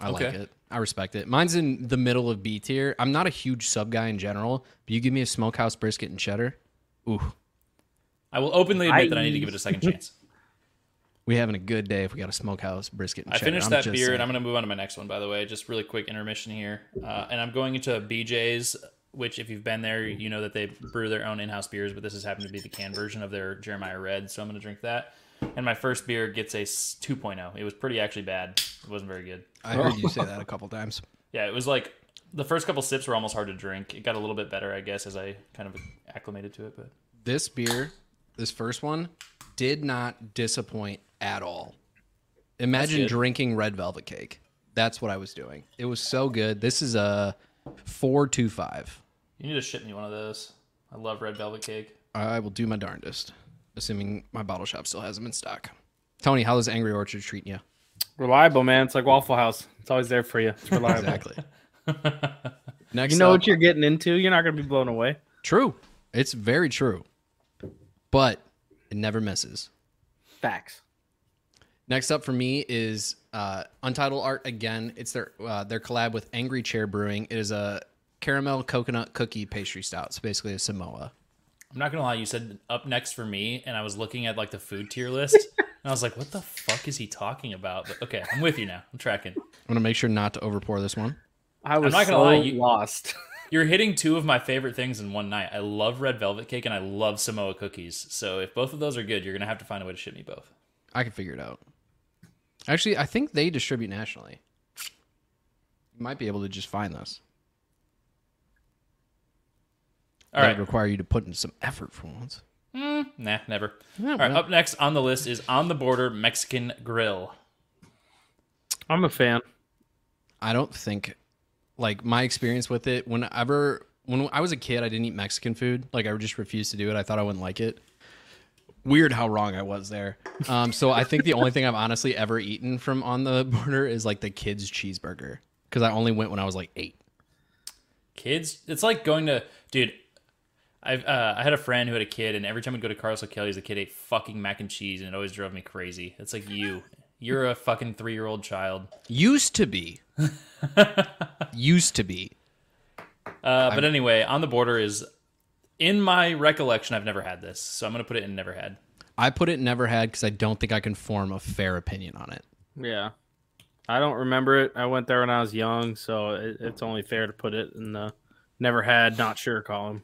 I like
Okay.
it. I respect it. Mine's in the middle of B tier. I'm not a huge sub guy in general, but you give me a smokehouse brisket and cheddar. Ooh,
I will openly admit that I need to give it a second chance.
we having a good day if we got a smokehouse brisket and
I
cheddar.
finished
I'm
that
just
beer, and
saying.
I'm going to move on to my next one. By the way, just really quick intermission here, uh, and I'm going into BJ's, which if you've been there, you know that they brew their own in-house beers, but this has happened to be the canned version of their Jeremiah Red, so I'm going to drink that. And my first beer gets a s- 2.0. It was pretty actually bad. It wasn't very good.
I heard
[LAUGHS]
you say that a couple times.
Yeah, it was like the first couple sips were almost hard to drink. It got a little bit better, I guess, as I kind of acclimated to it. But
This beer, this first one, did not disappoint at all. Imagine
good.
drinking red velvet cake. That's what I was doing. It was so good. This is a four two five.
you need to ship me one of those. I love red velvet cake.
I will do my darndest, assuming my bottle shop still has them in stock. Tony, how does Angry Orchard treating you?
Reliable, man. It's like Waffle House. It's always there for you. [LAUGHS] It's reliable.
Exactly. Next,
You know
up,
what you're getting into. You're not gonna be blown away.
true. It's very true, but it never misses.
Facts.
Next up for me is uh, Untitled Art again. It's their uh, their collab with Angry Chair Brewing. It is a caramel coconut cookie pastry stout. It's basically a Samoa.
I'm not gonna lie, you said up next for me, and I was looking at like the food tier list, and I was like, "What the fuck is he talking about?" But okay, I'm with you now. I'm tracking.
I'm gonna make sure not to overpour this one.
I was
not gonna
so
lie, you-
lost. [LAUGHS]
You're hitting two of my favorite things in one night. I love red velvet cake and I love Samoa cookies. So if both of those are good, you're gonna have to find a way to ship me both.
I can figure it out. Actually, I think they distribute nationally. You might be able to just find this.
All
That
right, Mm,
would require you to put in some effort for once.
nah, never.
Yeah,
All right,
well.
up next on the list is on the border Mexican Grill.
I'm a fan.
I don't think like my experience with it whenever when I was a kid I didn't eat Mexican food like I just refused to do it I thought I wouldn't like it weird how wrong I was there um so I think the only thing I've honestly ever eaten from on the [LAUGHS] border is like the kids cheeseburger cuz I only went when I was like 8
kids it's like going to dude I've, uh, I had a friend who had a kid, and every time we'd go to Carlos O'Kelly's, the kid ate fucking mac and cheese, and it always drove me crazy. It's
[LAUGHS]
like you, you're a fucking three year old child.
used to be used to be
Uh, but anyway, on the border is, in my recollection, I've never had this, so I'm gonna put it in never had.
I put it never had cuz I don't think I can form a fair opinion on it
Yeah. I don't remember it. I went there when I was young, so it, it's only fair to put it in the never had, not sure column.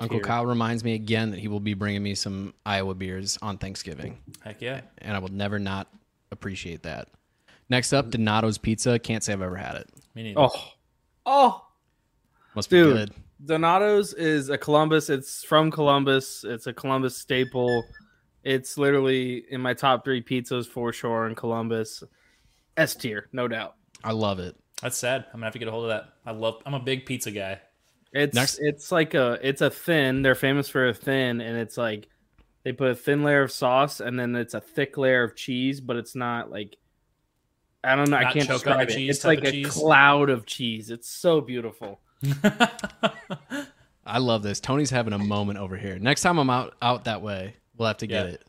Uncle
Cheers.
Kyle reminds me again that he will be bringing me some Iowa beers on Thanksgiving.
Heck yeah,
and I will never not appreciate that. Next up, Donato's Pizza. Can't say I've ever had it.
me neither.
Oh. Oh.
Must be
Dude.
good.
Donato's is a Columbus. It's from Columbus. It's a Columbus staple. It's literally in my top three pizzas for sure in Columbus. S tier, no doubt.
I love it.
that's sad. I'm gonna have to get a hold of that. I love. I'm a big pizza guy.
It's
Next-
it's like a it's a thin. They're famous for a thin, and it's like they put a thin layer of sauce, and then it's a thick layer of cheese, but it's not like I don't know. I
Not
can't
choke on
describe
the
it.
cheese
It's
type
like
of
a
cheese?
cloud of cheese. It's so beautiful.
I love this. Tony's having a moment over here. Next time I'm out out that way, we'll have to get
Yeah.
it.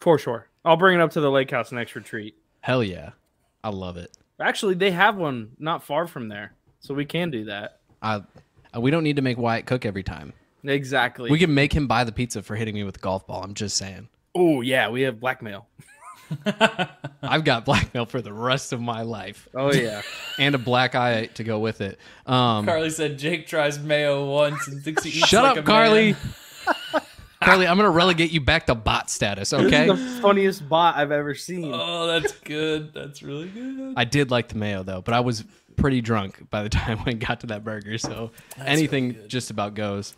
For sure, I'll bring it up to the lake house next retreat.
Hell yeah. I love it.
Actually, they have one not far from there, so we can do that.
I I- we don't need to make Wyatt cook every time.
Exactly.
We can make him buy the pizza for hitting me with a golf ball. I'm just saying.
Oh yeah, we have blackmail.
I've got blackmail for the rest of my life
[LAUGHS]
Oh yeah.
and a black eye to go with it. Um,
Carly said Jake tries mayo once and thinks he
[LAUGHS]
eats
shut
like
up,
a
Carly.
man.
[LAUGHS] Carly, I'm gonna relegate you back to bot status. Okay.
This is the funniest bot I've ever seen.
Oh, that's good. That's really good.
I did like the mayo though, but I was pretty drunk by the [LAUGHS] time I got to that burger. So anything just about goes.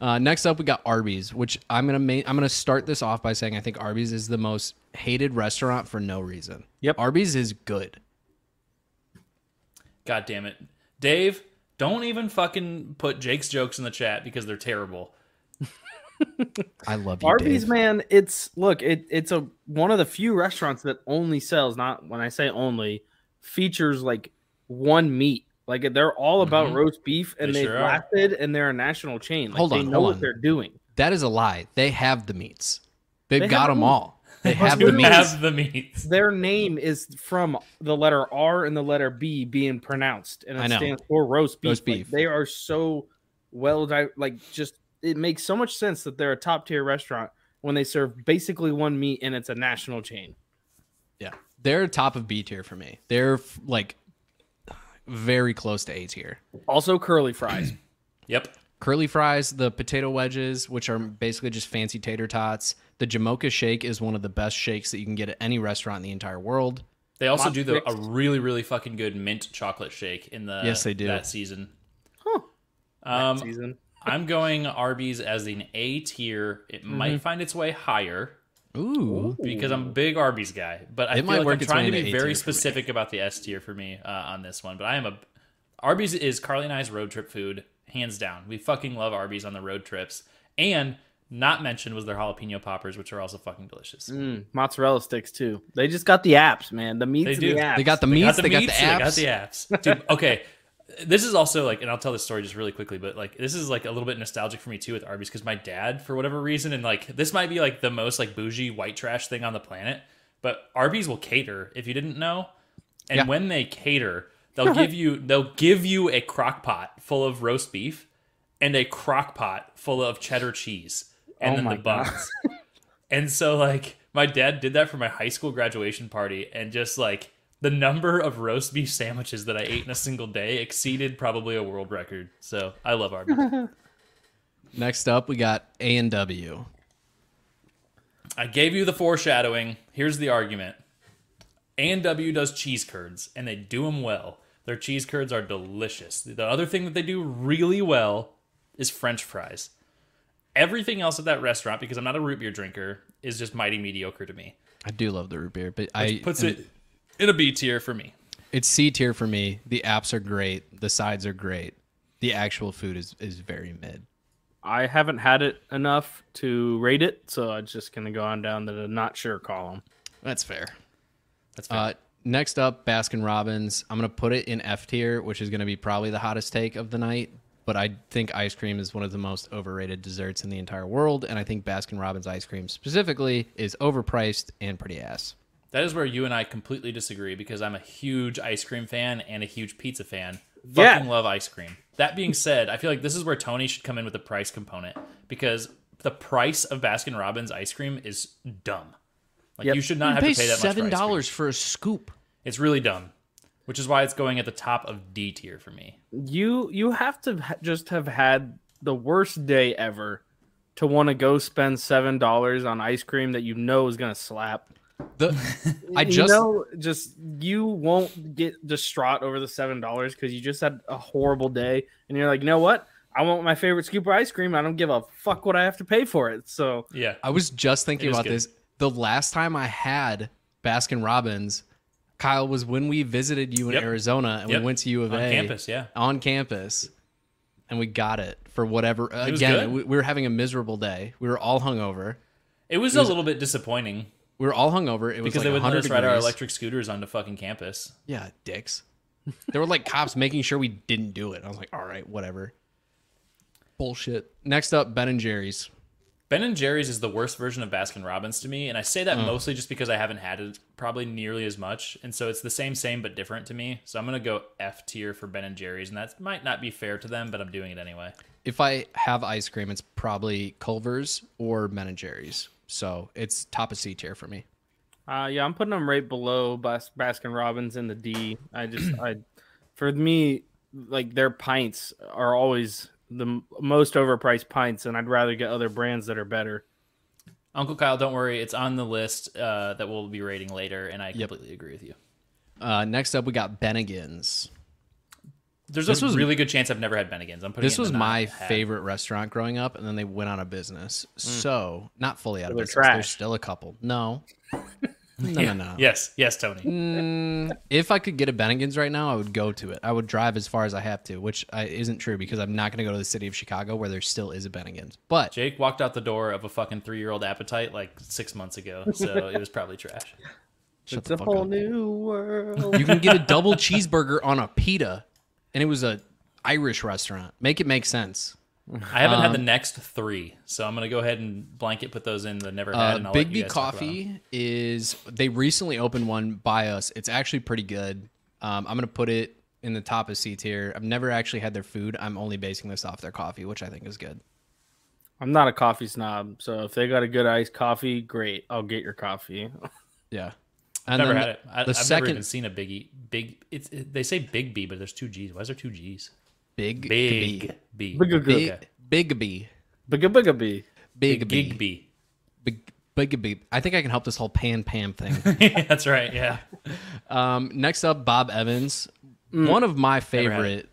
Uh, next up, we got Arby's, which I'm gonna ma- I'm gonna start this off by saying I think Arby's is the most hated restaurant for no reason.
Yep.
Arby's is good.
God damn it. Dave, don't even fucking put Jake's jokes in the chat because they're terrible.
I love you,
Arby's,
Dave.
man, it's look, it it's a one of the few restaurants that only sells not when I say only features like one meat. Like they're all about
Mm-hmm.
roast beef, and
They
they
sure are.
lasted, and they're a national chain. Like,
Hold
they
on,
know
hold
what
on.
they're doing.
That is a lie. They have the meats. They've
They
got
have
them
them.
all. They have
You
the meats.
have the meats.
Their name is from the letter R and the letter B being pronounced, and
I
it
know.
stands for roast beef.
Roast
Like,
beef.
they are so well, di- like just it makes so much sense that they're a top tier restaurant when they serve basically one meat, and it's a national chain.
Yeah, they're top of B tier for me. They're f- like very close to A tier.
Also, curly fries.
Yep.
curly fries, the potato wedges, which are basically just fancy tater tots. The Jamocha shake is one of the best shakes that you can get at any restaurant in the entire world.
They also
Lot
do the, a
mixed.
really, really fucking good mint chocolate shake in the
Yes, they do.
that season.
Huh.
Um,
season.
I'm going Arby's as an A tier. It
Mm-hmm.
might find its way higher
Ooh.
because I'm a big Arby's guy, but I
It
feel
might
like
work
I'm
its way
trying to
into
be
A tier
very
for me.
specific about the S tier for me uh, on this one. But I am a Arby's is Carly and I's road trip food, hands down. We fucking love Arby's on the road trips, and not mentioned was their jalapeno poppers, which are also fucking delicious.
Mm, mozzarella sticks too. They just got the apps, man. The meats
They
and
do.
the apps.
They got the meats, they got the,
meats,
apps.
They got the
[LAUGHS]
apps. Dude, okay. This is also like, and I'll tell this story just really quickly, but like, this is like a little bit nostalgic for me too with Arby's because my dad, for whatever reason, and like, this might be like the most like bougie white trash thing on the planet, but Arby's will cater if you didn't know. And
Yeah.
when they cater,
[LAUGHS]
they'll give you they'll give you a crock pot full of roast beef and a crock pot full of cheddar cheese and
Oh
then
my
the
God. [LAUGHS]
buns. And so like my dad did that for my high school graduation party and just like the number of roast beef sandwiches that I ate in a single day exceeded probably a world record. So I love
[LAUGHS]
Arby's.
Next up, we got A and W.
I gave you the foreshadowing. Here's the argument. A&W does cheese curds, and they do them well. Their cheese curds are delicious. The other thing that they do really well is French fries. Everything else at that restaurant, because I'm not a root beer drinker, is just mighty mediocre to me.
I do love the root beer, but I
Puts
am-
it in a B tier for me.
it's C tier for me. The apps are great. The sides are great. The actual food is is very mid.
I haven't had it enough to rate it, so I'm just gonna go on down to the not sure column.
That's fair.
That's fair.
Uh, next up, Baskin Robbins. I'm gonna put it in F tier, which is gonna be probably the hottest take of the night. But I think ice cream is one of the most overrated desserts in the entire world, and I think Baskin Robbins ice cream specifically is overpriced and pretty ass.
that is where you and I completely disagree because I'm a huge ice cream fan and a huge pizza fan.
Yeah.
Fucking love ice cream. That being said, I feel like this is where Tony should come in with the price component because the price of Baskin Robbins ice cream is dumb. Like
Yep.
you should not have to pay that much. for ice cream.
for a scoop.
It's really dumb, which is why it's going at the top of D tier for me.
You you have to ha- just have had the worst day ever to want to go spend seven dollars on ice cream that you know is gonna slap.
The,
[LAUGHS]
I just
you know, just you won't get distraught over the seven dollars because you just had a horrible day, and you're like, you know what? I want my favorite scoop of ice cream. I don't give a fuck what I have to pay for it. So
Yeah.
I was just thinking
It is
about
good.
this. The last time I had Baskin Robbins, Kyle, was when we visited you in
Yep.
Arizona and
Yep.
we went to U of
On
A
campus, yeah.
on campus, and we got it for whatever.
was good.
Again, we, we were having a miserable day. We were all hungover.
It was, a little bit disappointing
We were all hungover. It was
because
like
they wouldn't let
100
us ride our
degrees.
electric scooters onto fucking campus.
Yeah, dicks. there were like cops making sure we didn't do it. I was like, all right, whatever. Bullshit. Next up, Ben and Jerry's.
Ben and Jerry's is the worst version of Baskin Robbins to me, and I say that
Mm.
mostly just because I haven't had it probably nearly as much, and so it's the same, same but different to me. So I'm gonna go F tier for Ben and Jerry's, and that might not be fair to them, but I'm doing it anyway.
If I have ice cream, it's probably Culver's or Ben and Jerry's. So it's top of C tier for me.
Uh, yeah, I'm putting them right below Bas- Baskin Robbins in the D. I
[CLEARS THROAT]
just, I, for me, like their pints are always the m- most overpriced pints, and I'd rather get other brands that are better.
Uncle Kyle, don't worry. It's on the list uh, that we'll be rating later, and I completely agree with you.
Uh, next up, we got Bennigan's.
There's
This
a
was-
really good chance I've never had Bennigan's. I'm putting
This
it in
was
the Mm.
my
not had. [LAUGHS]
favorite restaurant growing up, and then they went out of business. So not fully out of
they're
business. There's
trash.
still a couple.
[LAUGHS]
No, no,
Yeah.
no, no.
Yes, yes, Tony.
Mm, if I could get a Bennigan's right now, I would go to it. I would drive as far as I have to, which I, isn't true because I'm not going to go to the city of Chicago where there still is a Bennigan's. But
Jake walked out the door of a fucking three year old appetite like six months ago, so it was probably trash.
shut
it's
the
a
fuck
whole
up.
new world.
you can get a
[LAUGHS]
double cheeseburger on a pita, and it was a Irish restaurant. Make it make sense.
I haven't had the
Um,
next three, so I'm gonna go ahead and blanket put those in the never had.
Uh,
and I'll let
Big
you
B
guys talk about them.
Coffee is they recently opened one by us. It's actually pretty good. Um, I'm gonna put it in the top of C tier. I've never actually had their food. I'm only basing this off their coffee, which I think is good.
[LAUGHS] I'm not a coffee snob, so if they got a good iced coffee, great. I'll get your coffee. [LAUGHS]
Yeah, and
Never
then
had it. I,
the
I've
second
never even seen a biggie. Big. It's it, they say Big B, but there's two G's. Why is there two G's?
Big B.
Big B.
Big B.
Big, Big B.
Bigga bigga bee.
Big
Big
B.
B.
Big Big B. I think I can help this whole pan pam thing.
[LAUGHS] That's right. Yeah.
um, next up, Bob Evans. One of my
Mm. had
favorite,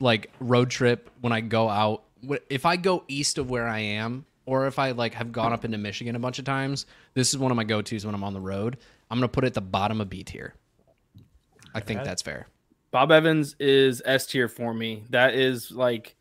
like road trip when I go out. wh- If I go east of where I am, or if I like have gone up into Michigan a bunch of times, this is one of my go tos when I'm on the road. I'm gonna put it at the bottom of B tier. I think that's fair.
Bob Evans is S tier for me. That is like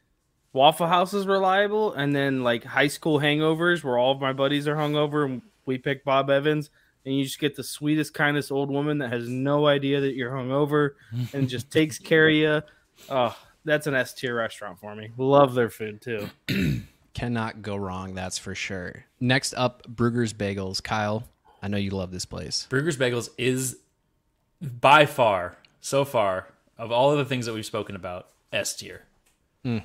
Waffle House is reliable, and then like high school hangovers where all of my buddies are hungover and we pick Bob Evans, and you just get the sweetest, kindest old woman that has no idea that you're hungover and just takes care of you. Oh, that's an S tier restaurant for me. Love their food too.
Cannot go wrong. That's for sure. Next up, Brugger's Bagels. Kyle, I know you love this place.
Brugger's Bagels is by far, so far, of all of the things that we've spoken about, S tier.
I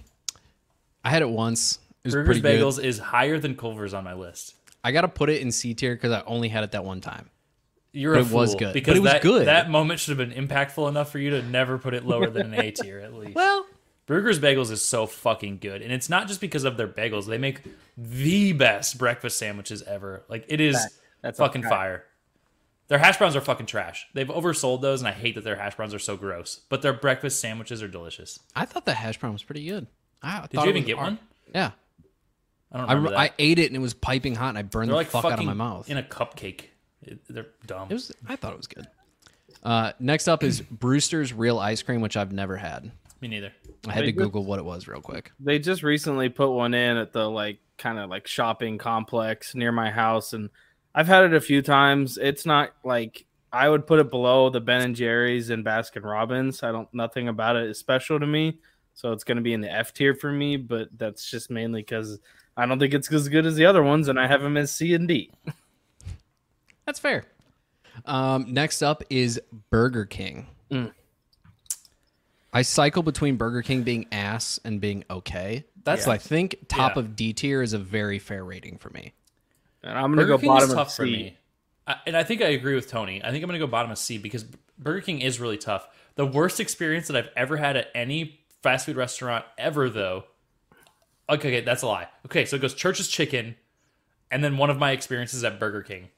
had it once. It was
Brugger's
pretty good.
Bagels is higher than Culver's on my list.
I gotta put it in C tier because I only had it that one time.
You're
But
a
it
fool
was good. But
because
it was
that,
good.
that moment should have been impactful enough for you to never put it lower than an A tier at
[LAUGHS]
least.
Well,
Brugger's Bagels is so fucking good, and it's not just because of their bagels. They make the best breakfast sandwiches ever. Like it is
Fact. That's a
fucking
fact.
fire. Their hash browns are fucking trash. They've oversold those, and I hate that their hash browns are so gross. But their breakfast sandwiches are delicious.
I thought the hash brown was pretty good. I
Did you even get one?
Yeah,
I don't
I,
remember that.
I ate it and it was piping hot, and I burned
They're
the
like
fuck
fucking
out of my mouth.
in a cupcake. It- they're dumb.
it was. I thought it was good. Uh, next up is [CLEARS THROAT] Brewster's Real Ice Cream, which I've never had.
Me neither.
I had
They
to
just-
Google what it was real quick.
They just recently put one in at the like kind of like shopping complex near my house, and I've had it a few times. It's not like I would put it below the Ben and Jerry's and Baskin Robbins. I don't nothing about it is special to me, so it's going to be in the F tier for me. But that's just mainly because I don't think it's as good as the other ones, and I have them as C and D.
That's fair. Um, next up is Burger King.
Mm.
I cycle between Burger King being ass and being okay.
That's-
so I think top
Yeah.
of D tier is a very fair rating for me.
And I'm going to
Burger
go
King
bottom
is
of
tough for
C.
me, I, and I think I agree with Tony. I think I'm gonna go bottom of C because Burger King is really tough. The worst experience that I've ever had at any fast food restaurant ever, though. Okay, okay, that's a lie. Okay, so it goes Church's Chicken, and then one of my experiences at Burger King.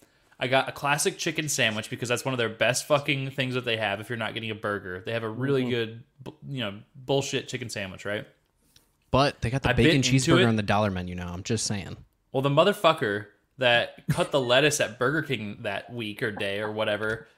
I got a classic chicken sandwich because that's one of their best fucking things that they have. If you're not getting a burger, they have a
Mm-hmm.
really good, bu- you know, bullshit chicken sandwich, right?
But they got the
I bit
bacon
into
cheeseburger
it.
on the dollar menu now. I'm just saying.
Well, the motherfucker that cut the lettuce at Burger King that week or day or whatever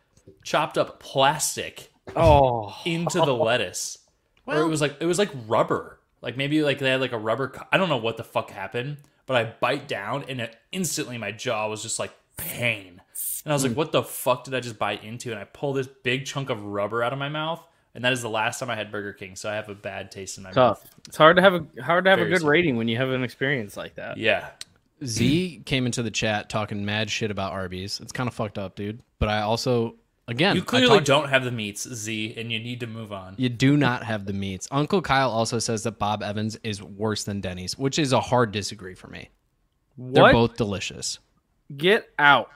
chopped up plastic
Oh,
into [LAUGHS] the lettuce. or it was like it was like rubber. Like maybe like they had like a rubber co- I don't know what the fuck happened, but I bite down and it, instantly my jaw was just like pain. And I was like what the fuck did I just bite into? And I pull this big chunk of rubber out of my mouth. And that is the last time I had Burger King, so I have a bad taste in my
tough.
mouth.
It's hard to have a hard to have a
Very
good
tough.
rating when you have an experience like that.
Yeah.
Z came into the chat talking mad shit about Arby's. It's kind of fucked up, dude. But I also, again,
You
I
clearly
talked-
don't have the meats, Z, and you need to move on.
you do not have the meats. Uncle Kyle also says that Bob Evans is worse than Denny's, which is a hard disagree for me. They're
What?
both delicious.
Get out.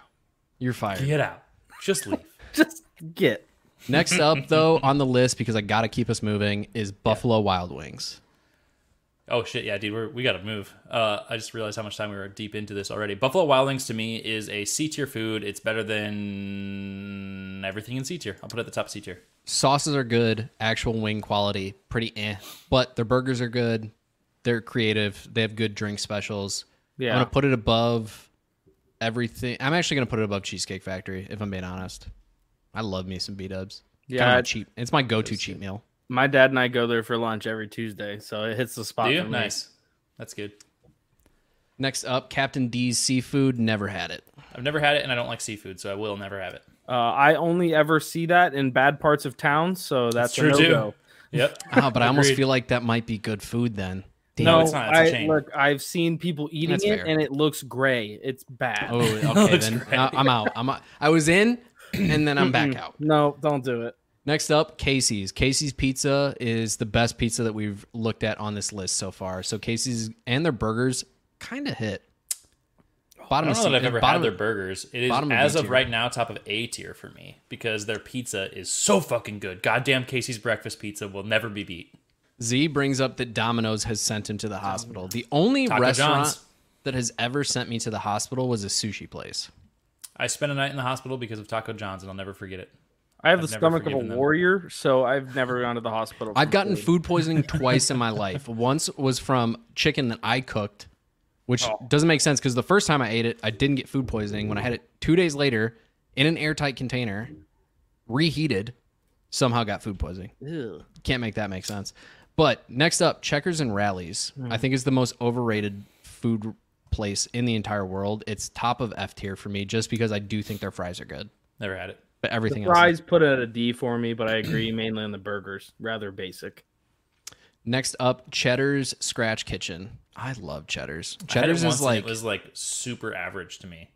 You're fired.
Get out. Just leave. [LAUGHS]
Just get.
Next up, though, on the list because I gotta keep us moving is Buffalo Wild Wings.
Oh shit, yeah, dude, we're, we got to move. Uh, I just realized how much time we were deep into this already. Buffalo Wild Wings to me is a C tier food. It's better than everything in C tier. I'll put it at the top of C tier.
Sauces are good, actual wing quality, pretty eh. But their burgers are good. They're creative. They have good drink specials.
Yeah.
I'm gonna put it above everything. I'm actually gonna put it above Cheesecake Factory, if I'm being honest. I love me some B dubs.
Yeah,
Kinda my
I-
cheap. It's my go to cheat meal.
My dad and I go there for lunch every Tuesday, so it hits the spot.
Do you?
for me.
Nice. That's good.
Next up, Captain D's seafood. Never had it.
I've never had it, and I don't like seafood, so I will never have it.
Uh, I only ever see that in bad parts of town, so that's
true,
a
too.
no-go.
[LAUGHS] Yep.
Ah, but I almost
Agreed.
feel like that might be good food then. Damn
No,
it.
it's not. It's a
I,
shame.
look, I've seen people eating
That's
it,
fair.
and it looks gray. It's bad.
[LAUGHS]
Oh, okay.
Looks
then
great.
I, am out. I'm out. I was in, [CLEARS THROAT] and then I'm back out.
[LAUGHS] No, don't do it.
Next up, Casey's. Casey's Pizza is the best pizza that we've looked at on this list so far. So Casey's and their burgers kind of hit.
Oh, I
Bottom
don't
of
know
seat-
that I've ever
bottom
had their
of-
burgers. It is
bottom of
as
B
of
tier.
right now top of A tier for me because their pizza is so fucking good. Goddamn Casey's breakfast pizza will never be beat.
Z brings up that Domino's has sent him to the hospital. The only
Taco
restaurant
John's.
that has ever sent me to the hospital was a sushi place.
I spent a night in the hospital because of Taco John's, and I'll never forget it.
I have
I've
the
never
stomach of a
forgiven them.
warrior, so I've never gone to the hospital.
I've
for
gotten
food.
food poisoning twice in my life. Once was from chicken that I cooked, which doesn't make sense because the first time I ate it, I didn't get food poisoning. When I had it two days later in an airtight container, reheated, somehow got food poisoning. Can't make that make sense. But next up, Checkers and Rallies, I think is the most overrated food place in the entire world. It's top of F tier for me just because I do think their fries are good,
Never had it.
but everything else. is-
Fries put it at a D for me, but
[CLEARS THROAT]
I agree mainly on the burgers, rather basic.
Next up, Cheddar's Scratch Kitchen. I love Cheddar's.
I had it
Cheddar's
once
is
and
like
it was like super average to me.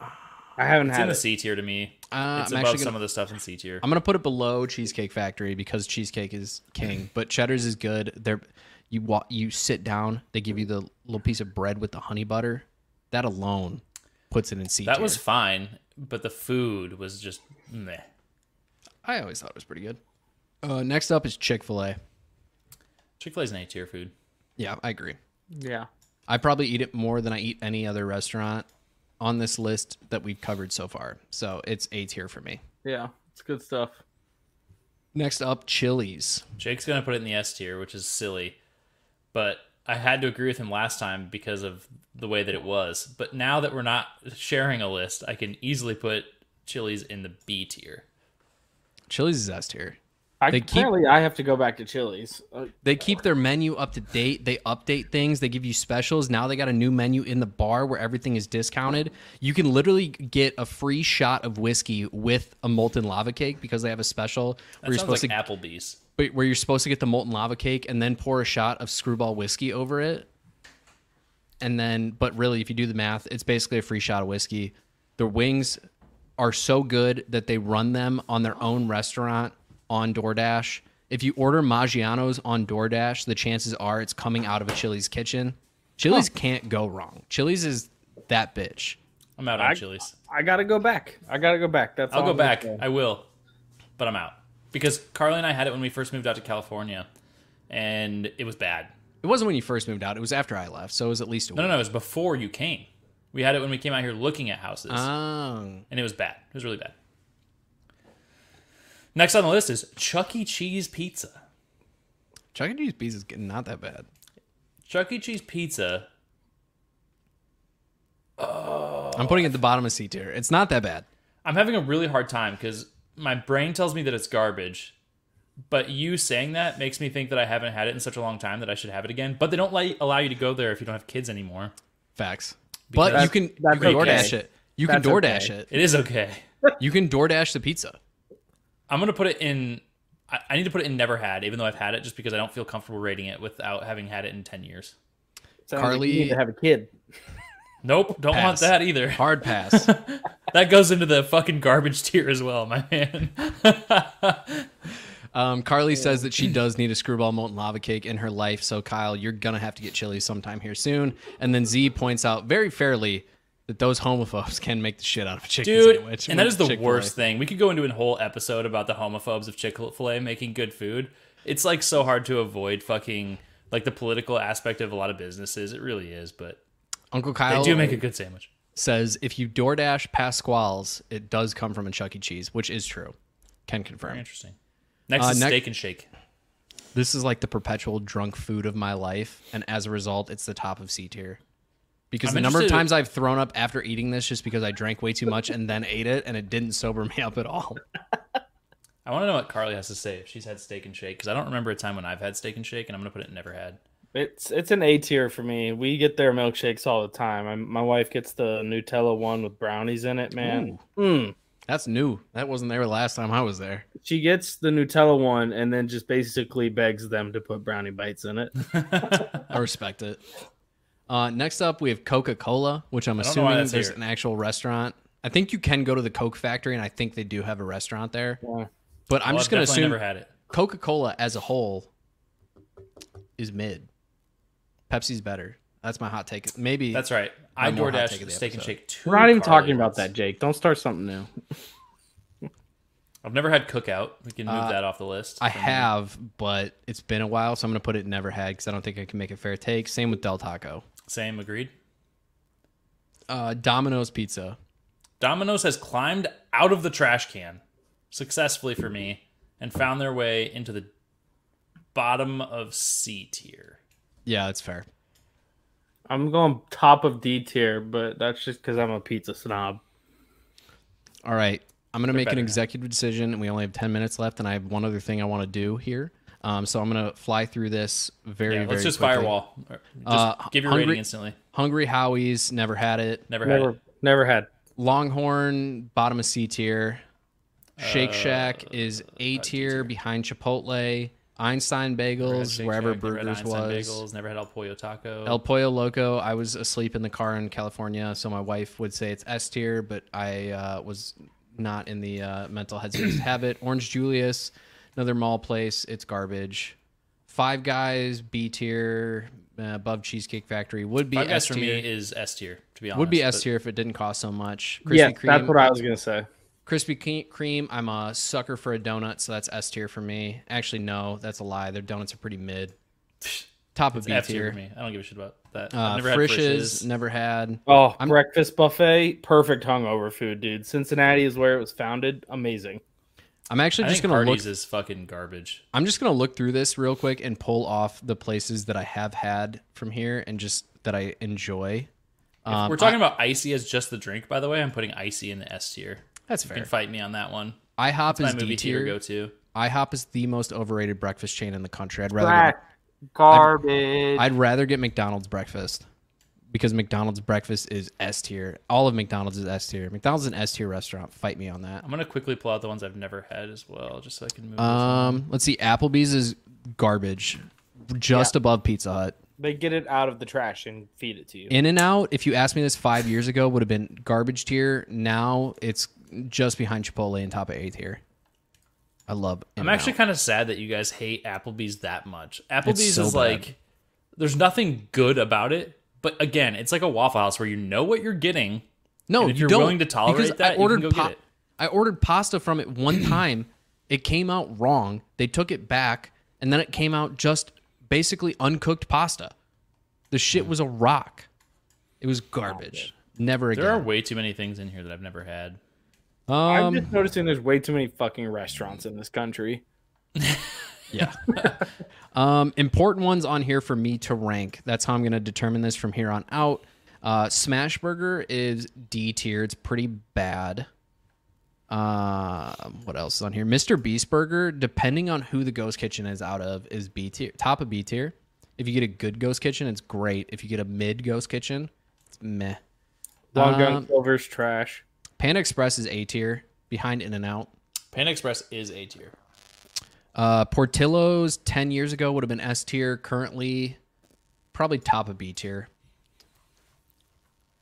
I haven't
It's in
had
the
it.
C tier to me.
Uh,
it's
I'm
above
actually
some
gonna-
of the stuff in C tier.
I'm gonna put it below Cheesecake Factory because cheesecake is
[LAUGHS]
king, but Cheddar's is good. They're you walk, you sit down. They give you the little piece of bread with the honey butter. That alone puts it in C.
That
tier.
was fine, but the food was just meh.
I always thought it was pretty good. Uh, next up is Chick Fil A.
Chick Fil A's an A tier food.
Yeah, I agree.
Yeah.
I probably eat it more than I eat any other restaurant on this list that we've covered so far. So it's A tier for me.
Yeah. It's good stuff.
Next up, Chili's.
Jake's gonna put it in the S tier, which is silly, but I had to agree with him last time because of the way that it was. But now that we're not sharing a list, I can easily put Chili's in the B tier.
Chili's is S tier.
I
They keep-
apparently I have to go back to Chili's. Uh,
They keep their menu up to date. They update things. They give you specials. Now they got a new menu in the bar where everything is discounted. You can literally get a free shot of whiskey with a molten lava cake because they have a special
That
where you're
sounds
supposed
like
to
Applebee's.
but where you're supposed to get the molten lava cake and then pour a shot of screwball whiskey over it. And then but really if you do the math, it's basically a free shot of whiskey. Their wings are so good that they run them on their own restaurant on DoorDash. If you order Maggiano's on DoorDash, the chances are it's coming out of a Chili's kitchen. Chili's can't go wrong. Chili's is that bitch.
I'm out on Chili's.
I gotta go back. I gotta go back. That's
I'll
all
go
I'm gonna
back.
say.
I will, but I'm out because Carly and I had it when we first moved out to California, and it was bad.
It wasn't when you first moved out. It was after I left, so it was at least a
No,
week.
no, no. It was before you came. We had it when we came out here looking at houses,
Oh.
and it was bad. It was really bad. Next on the list is Chuck E. Cheese pizza.
Chuck E. Cheese pizza is not that bad.
Chuck E. Cheese pizza.
I'm putting it at the bottom of C tier. It's not that bad.
I'm having a really hard time because my brain tells me that it's garbage, but you saying that makes me think that I haven't had it in such a long time that I should have it again. But they don't like, allow you to go there if you don't have kids anymore.
Facts. but
Because-
you can you
that's
can
okay.
DoorDash it. You can
That's
DoorDash
okay.
it.
It is okay.
You can DoorDash the pizza.
I'm gonna put it in. I, I need to put it in never had, even though I've had it, just because I don't feel comfortable rating it without having had it in ten years.
Sounds like
Carly-
you need to have a kid.
Nope, don't want
Pass.
that either.
Hard pass.
[LAUGHS] That goes into the fucking garbage [LAUGHS] tier as well, my man. [LAUGHS]
um, Carly says that she does need a screwball molten lava cake in her life. So Kyle, you're gonna have to get chili sometime here soon. And then Z points out very fairly that those homophobes can make the shit out of a chicken
Dude,
sandwich.
and that is the
Chick-fil-A.
worst thing. We could go into a whole episode about the homophobes of Chick fil A making good food. It's like so hard to avoid fucking like the political aspect of a lot of businesses. It really is, but
Uncle
they
Kyle
do make a good sandwich.
says if you DoorDash Pasquale's, it does come from a Chuck E. Cheese, which is true. Can confirm.
Interesting. Next
Uh,
is
next-
Steak and Shake.
This is like the perpetual drunk food of my life, and as a result, it's the top of C tier. Because
I'm
the number of
interested-
times I've thrown up after eating this just because I drank way too much and then ate it and it didn't sober [LAUGHS] me up at all.
I want to know what Carly has to say if she's had Steak and Shake because I don't remember a time when I've had Steak and Shake, and I'm gonna put it
[LAUGHS]
never had.
It's it's an A tier for me. We get their milkshakes all the time. i my wife gets the Nutella one with brownies in it, man. Mm.
That's new. That wasn't there last time I was there.
She gets the Nutella one and then just basically begs them to put brownie bites in it.
I respect it. Uh, next up, we have Coca Cola, which I'm
don't know why
assuming
that's
there's
here.
an actual restaurant. I think you can go to the Coke factory, and I think they do have a restaurant there.
Yeah.
But I'm
Well,
just
I've
going to
definitely
assume
never had it.
Coca Cola as a whole is mid. Pepsi's better. That's my hot take. Maybe
That's right. I
I'm more hot take
DoorDash
of the
Steak and
episode.
Shake too.
We're not even talking about that, Jake. Don't start something new.
I've never had Cookout. We can move
Uh,
that off the list.
I
Um,
have, but it's been a while, so I'm going to put it never had because I don't think I can make a fair take. Same with Del Taco.
Same. Agreed.
Uh, Domino's Pizza.
Domino's has climbed out of the trash can successfully for me and found their way into the bottom of C tier.
Yeah, that's fair.
I'm going top of D tier, but that's just because I'm a pizza snob.
All right. I'm going to make an
better now.
executive decision, and we only have 10 minutes left, and I have one other thing I want to do here. Um, so I'm going to fly through this very,
Yeah,
very
let's just
quickly.
firewall. Just
Uh,
give your
hungry-
rating instantly.
Hungry Howie's, never had it.
Never, had
Never,
it.
never had.
Longhorn, bottom of C tier.
Uh,
Shake Shack is A tier behind Chipotle. Einstein
Never had
Bagels,
Shake
wherever
Shack, never had
Burgers
Einstein
was.
Bagels, never had El Pollo Taco.
El Pollo Loco. I was asleep in the car in California, so my wife would say it's S tier, but I uh, was not in the uh, mental headspace to have it.
[CLEARS THROAT]
Orange Julius, another mall place. It's garbage. Five Guys, B tier, uh, above Cheesecake Factory would be
Five Guys
S
for me
tier.
is S tier. To be honest,
Would be
but
S tier if it didn't cost so much. Krispy
Yeah, that's
Kreme,
what I was gonna say.
Krispy Ke- Kreme, I'm a sucker for a donut, so that's S tier for me. Actually, no, that's a lie. Their donuts are pretty mid. Top of
It's
B
F tier
tier.
for me. I don't give a shit about that. I've
Uh,
never had
Frisch's,
Frisch's.
never had.
Oh,
I'm-
breakfast buffet, perfect hungover food, dude. Cincinnati is where it was founded. Amazing.
I'm actually
I
just
think
gonna look.
Hardee's is fucking garbage.
I'm just gonna look through this real quick and pull off the places that I have had from here and just that I enjoy. Um,
We're talking about icy as just the drink, by the way. I'm putting icy in the S tier.
that's
You can
fair.
fight me on that one.
IHOP
My
is
movie
D
theater
tier.
go to.
IHOP is the most overrated breakfast chain in the country. I'd rather
Trash. Garbage.
get, I'd rather get McDonald's breakfast because McDonald's breakfast is S tier. All of McDonald's is S tier. McDonald's is an S tier restaurant. Fight me on that.
I'm gonna quickly pull out the ones I've never had as well, just so I can move.
Um, let's see. Applebee's is garbage, just above Pizza Hut.
they get it out of the trash and feed it to you.
In and Out, if you asked me this five years ago, would have been garbage tier. Now it's just behind Chipotle and top of A tier. I love.
I'm
In-N-Out.
actually kind of sad that you guys hate Applebee's that much. Applebee's
so
is
bad.
like, there's nothing good about it. But again, it's like a Waffle House where you know what you're getting.
no.
and if
you
you're
don't,
willing to tolerate
because
that,
I
you can
ordered
go get it.
I ordered pasta from it one [CLEARS THROAT] time. it came out wrong. They took it back, and then it came out just basically uncooked pasta. The shit was a rock. It was garbage. Never
Oh, There are
again.
way too many things in here that I've never had.
um,
I'm just noticing there's way too many fucking restaurants in this country.
Yeah. um, important ones on here for me to rank. That's how I'm going to determine this from here on out. Uh, Smashburger is D tier. It's pretty bad. Uh, what else is on here? Mr. Beast Burger, depending on who the Ghost Kitchen is out of, is B tier. Top of B tier. If you get a good Ghost Kitchen, it's great. If you get a mid Ghost Kitchen, it's meh.
Long
Um,
Gun Silver's trash.
Panda Express is A tier, behind In and Out.
Panda Express is A tier.
Uh, Portillo's 10 years ago would have been S tier. Currently, probably top of B tier.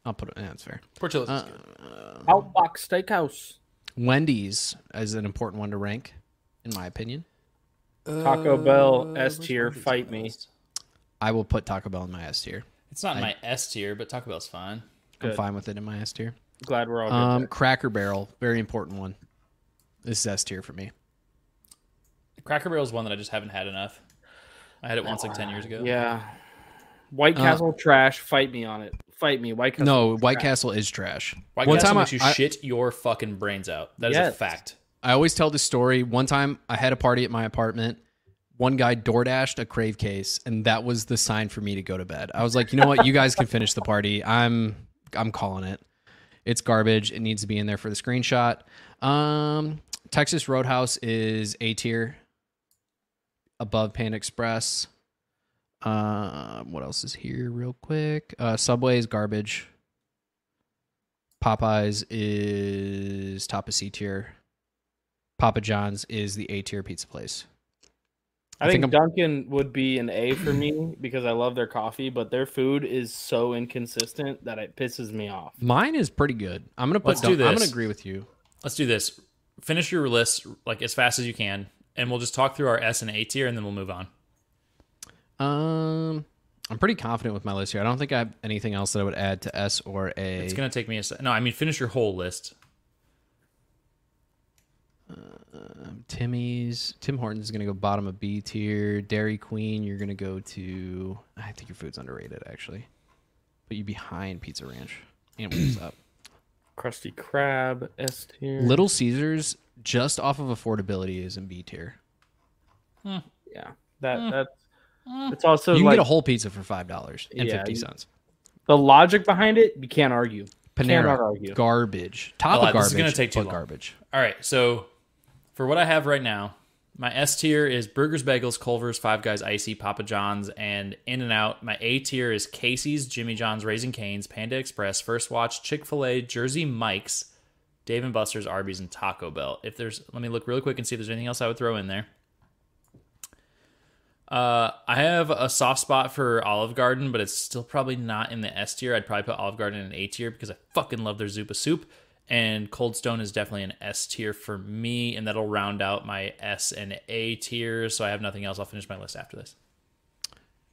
I'll put it. yeah, That's fair.
Portillo's is good.
um,
Outbox Steakhouse.
Wendy's is an important one to rank, in my opinion. uh,
Taco Bell S tier. Fight me.
I will put Taco Bell in my S tier.
It's not in my S tier, but Taco Bell's fine.
I'm
Good.
fine with it in my S tier.
Glad we're all good.
Um,
there.
Cracker Barrel, very important one. This is S tier for me.
Cracker Barrel's one that I just haven't had enough. I had it once like ten years ago.
yeah. White
Uh,
Castle trash. Fight me on it. Fight me. White Castle.
No, White Castle is trash.
White
one
Castle
time
makes
I,
you
I,
shit your fucking brains out. That is a
Yes.
fact.
I always tell this story. One time I had a party at my apartment. One guy door dashed a crave case, and that was the sign for me to go to bed. I was like, you know what? You guys can finish the party. I'm I'm calling it. It's garbage. It needs to be in there for the screenshot. Um, Texas Roadhouse is A tier above Pan Express. Um, what else is here real quick? Uh, Subway is garbage. Popeyes is top of C tier. Papa John's is the A tier pizza place.
I,
I
think,
think
Dunkin' would be an A for me [CLEARS THROAT] because I love their coffee, but their food is so inconsistent that it pisses me off.
Mine is pretty good. I'm gonna put.
Let's do
Dun- I'm
this.
gonna agree with you.
Let's do this. Finish your list like as fast as you can, and we'll just talk through our S and A tier, and then we'll move on.
Um, I'm pretty confident with my list here. I don't think I have anything else that I would add to S or A.
It's gonna take me a se- no. I mean, finish your whole list.
Um, Timmy's, Tim Hortons is gonna go bottom of B tier. Dairy Queen, you're gonna go to. I think your food's underrated actually, but you behind Pizza Ranch and Wings
[CLEARS THROAT]
Up.
Krusty Krab, S tier.
Little Caesars, just off of affordability, is in B tier.
Yeah, that that's. It's also
you can
like
get a whole pizza for five dollars and
Yeah,
fifty
you-
cents.
the logic behind it. You can't argue. Cannot
Panera
argue.
garbage. Top
lot.
of garbage.
This is gonna take too
but
long.
Garbage.
All right, so for what I have right now, my S tier is Burgers, Bagels, Culver's, Five Guys, Icy, Papa John's, and In and Out. My A tier is Casey's, Jimmy John's, Raising Cane's, Panda Express, First Watch, Chick Fil A, Jersey Mike's, Dave and Buster's, Arby's, and Taco Bell. If there's, let me look real quick and see if there's anything else I would throw in there. Uh, I have a soft spot for Olive Garden, but it's still probably not in the S tier. I'd probably put Olive Garden in an A tier because I fucking love their Zupa soup. And Cold Stone is definitely an S tier for me, and that'll round out my S and A tiers. So I have nothing else. I'll finish my list after this.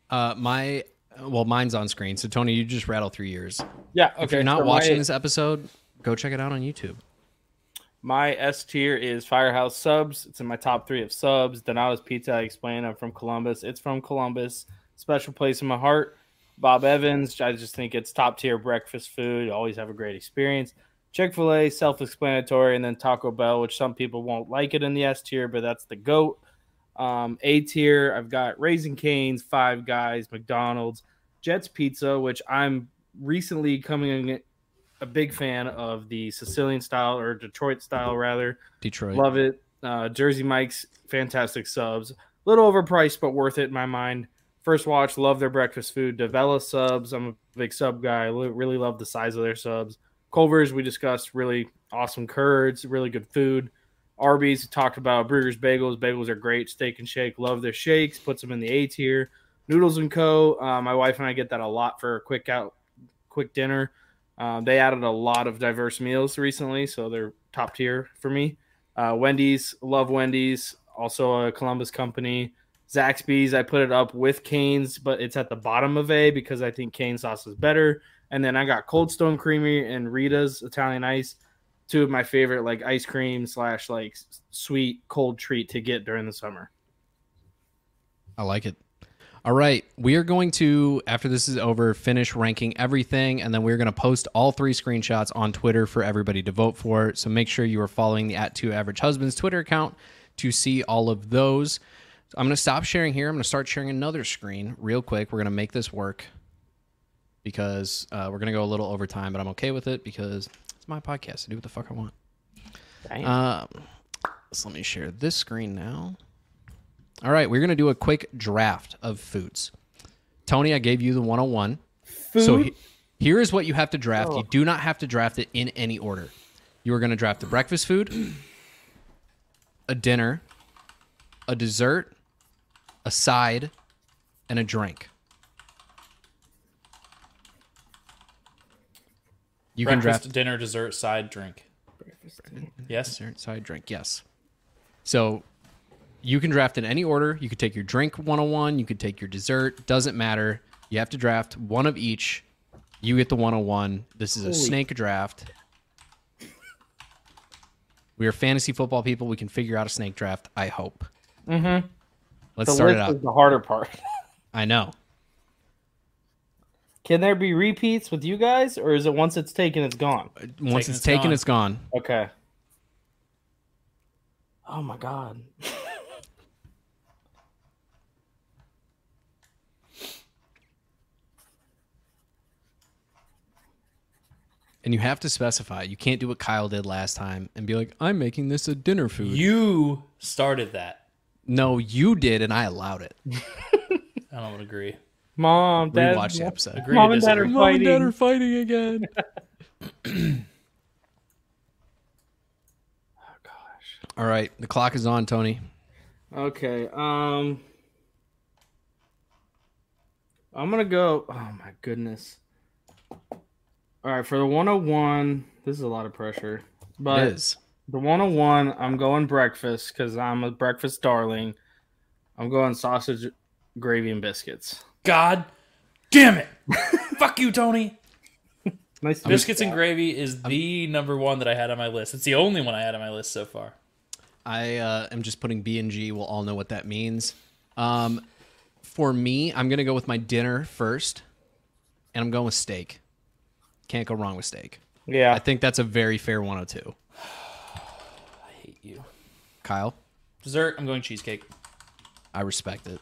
Uh, my well, mine's on screen. So Tony, you just rattle through yours.
Yeah. Okay.
If you're not
so
watching
my,
this episode, go check it out on YouTube.
my S tier is Firehouse Subs. It's in my top three of subs. Donato's Pizza. I explained. I'm from Columbus. It's from Columbus. Special place in my heart. Bob Evans. I just think it's top tier breakfast food. Always have a great experience. Chick Fil A, self explanatory, and then Taco Bell, which some people won't like it in the S tier, but that's the goat. Um, a tier, I've got Raising Canes, Five Guys, McDonald's, Jets Pizza, which I'm recently coming a big fan of the Sicilian style or Detroit style rather.
Detroit.
Love it. Uh, Jersey Mike's fantastic subs. Little overpriced, but worth it in my mind. First watch, love their breakfast food. Devella subs. I'm a big sub guy. Lo- Really love the size of their subs. Culver's, we discussed, really awesome curds, really good food. Arby's, talked about Brugger's bagels. Bagels are great. Steak and shake, love their shakes. Puts them in the A tier. Noodles and Co. Uh, my wife and I get that a lot for a quick out, quick dinner. Um, they added a lot of diverse meals recently, so they're top tier for me. Uh, Wendy's, love Wendy's, also a Columbus company. Zaxby's, I put it up with Cane's, but it's at the bottom of A because I think Cane sauce is better. And then I got Cold Stone Creamery and Rita's Italian Ice, two of my favorite like ice cream slash like s- sweet cold treat to get during the summer.
I like it. All right, we are going to after this is over finish ranking everything, and then we're going to post all three screenshots on Twitter for everybody to vote for. So make sure you are following the at two average husbands Twitter account to see all of those. So I'm going to stop sharing here. I'm going to start sharing another screen real quick. We're going to make this work because uh, we're going to go a little over time, but I'm okay with it because it's my podcast. I do what the fuck I want. Um, so let me share this screen now. All right, we're going to do a quick draft of foods. Tony, I gave you the 101.
Food.
So he- here is what you have to draft. You do not have to draft it in any order. You are going to draft a breakfast food, [CLEARS THROAT] a dinner, a dessert, a side, and a drink. You can
Breakfast,
draft
dinner, dessert, side, drink. Yes.
dessert, side, drink. Yes. So you can draft in any order. You could take your drink 101. You could take your dessert. Doesn't matter. You have to draft one of each You get the 101. This is a
Holy-
snake draft. We are fantasy football people. We can figure out a snake draft, I hope.
Mm-hmm.
Let's
The
start
list
it out.
is the harder part. [LAUGHS]
I know.
Can there be repeats with you guys, or is it once it's taken, it's gone?
Once
Taken,
it's
it's
taken,
gone.
it's gone.
Okay. Oh my god.
And you have to specify. You can't do what Kyle did last time and be like, I'm making this a dinner food.
You started that.
no, you did, and I allowed it.
I don't agree.
Mom, dad,
Rewatch the episode.
Agree
mom
to
and dad are
disagree.
Mom and
fighting.
dad are fighting again.
Gosh.
All right. The clock is on, Tony.
Okay. Um. I'm gonna go. Oh my goodness. All right, for the 101, this is a lot of pressure. But
it is.
The 101, I'm going breakfast because I'm a breakfast darling. I'm going sausage, gravy, and biscuits.
God damn it. Fuck you, Tony.
Nice to
Biscuits and gravy is the number one that I had on my list. It's the only one I had on my list so far.
I uh, am just putting B and G. We'll all know what that means. Um, for me, I'm gonna go with my dinner first, and I'm going with steak. Can't go wrong with steak.
Yeah.
I think that's a very fair 102.
I hate you.
Kyle,
Dessert, I'm going cheesecake.
I respect it.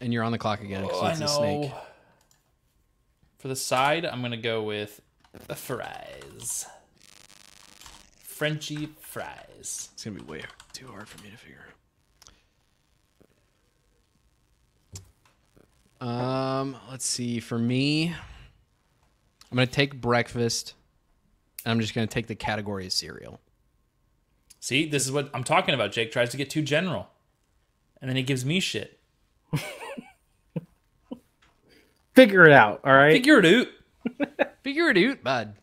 And you're on the clock again
Oh,
'cause
I
it's
know.
a snake.
For the side, I'm gonna go with fries. Frenchy fries.
It's gonna be way too hard for me to figure out. Um, let's see. For me, I'm gonna take breakfast. And I'm just gonna take the category as cereal.
See, this is what I'm talking about. Jake tries to get too general, and then he gives me shit.
Figure it out. All right.
Figure it out.
Figure it out, bud.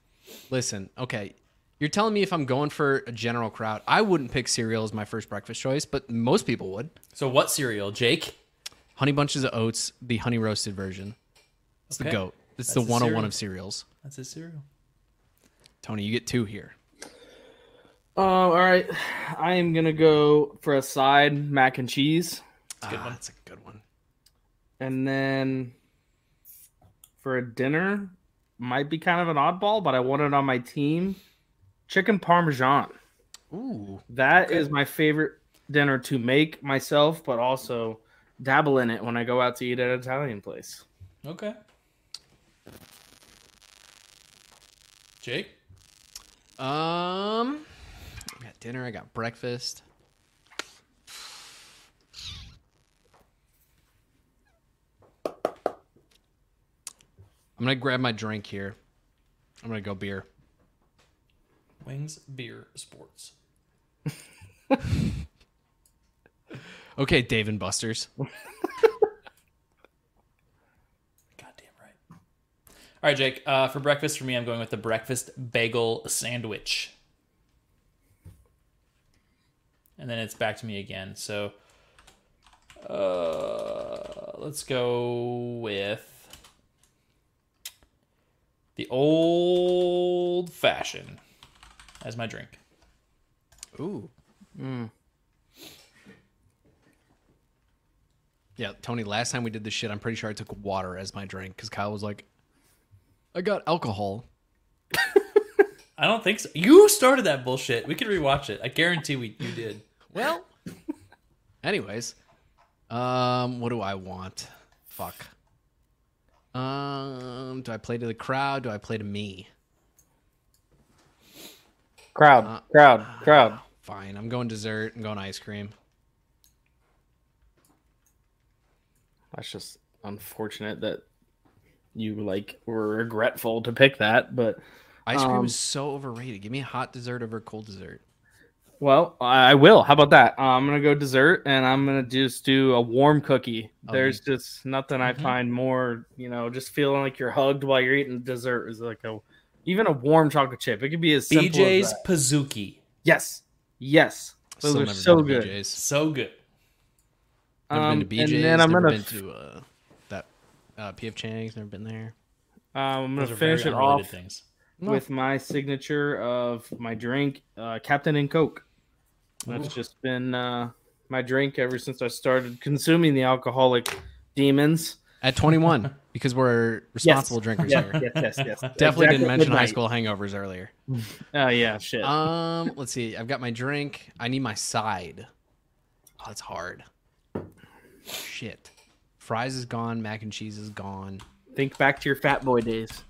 Listen, okay. You're telling me if I'm going for a general crowd, I wouldn't pick cereal as my first breakfast choice, but most people would.
So, what cereal, Jake?
Honey bunches of oats, the honey roasted version. It's
Okay.
the goat. It's
That's
the
the
101
cereal.
of cereals.
That's his cereal.
Tony, you get two here.
Um. all right. I am gonna go for a side mac and cheese,
That's
a good one.
Ah, That's a good one.
and then for a dinner, might be kind of an oddball, but I want it on my team. Chicken parmesan.
Ooh.
That is my favorite dinner to make myself, but also dabble in it when I go out to eat at an Italian place.
Okay. Jake,
Um, I got dinner. I got breakfast. I'm gonna grab my drink here. I'm gonna go beer.
wings, beer, sports.
Okay, Dave and Buster's.
Goddamn right. All right, Jake. Uh, for breakfast, for me, I'm going with the breakfast bagel sandwich. And then it's back to me again. So uh, let's go with the old fashioned as my drink.
Ooh. Hmm. Yeah, Tony. Last time we did this shit, I'm pretty sure I took water as my drink because Kyle was like, "I got alcohol."
I don't think so. You started that bullshit. We could rewatch it. I guarantee we you did.
Well, [LAUGHS] anyways, um, what do I want? Fuck. Um, do I play to the crowd? Do I play to me?
Crowd, crowd, crowd.
Fine, I'm going dessert. I'm going ice cream.
That's just unfortunate that you like were regretful to pick that, but
Ice cream
Um,
is so overrated. Give me a hot dessert over cold dessert.
well, I I will. How about that? Uh, I'm gonna go dessert, and I'm gonna just do a warm cookie.
Oh, Mm-hmm.
There's just nothing I find more, you know, just feeling like you're hugged while you're eating dessert is like a even a warm chocolate chip. It could be as simple as
BJ's
that.
Pazuki.
Yes, yes, those
Still
are
never
so
been to
good.
BJ's.
So good.
Never
Um,
been to BJ's.
and then I'm
never
gonna
been to uh, that uh, PF Chang's. Never been there.
Um, I'm
Those
gonna
are
finish
very
it
unrelated
off
things.
No.
with my signature of my drink, uh, Captain and Coke. That's just been uh, my drink ever since I started consuming the alcoholic demons.
At 21, [LAUGHS] because we're responsible drinkers
Yes,
here.
yes, yes,
[LAUGHS]
yes.
Definitely
Exactly.
didn't mention high
Midnight.
school hangovers earlier.
Oh yeah, shit.
Um, let's see. I've got my drink. I need my side. Oh, that's hard. Shit. Fries is gone. Mac and cheese is gone.
Think back to your fat boy days.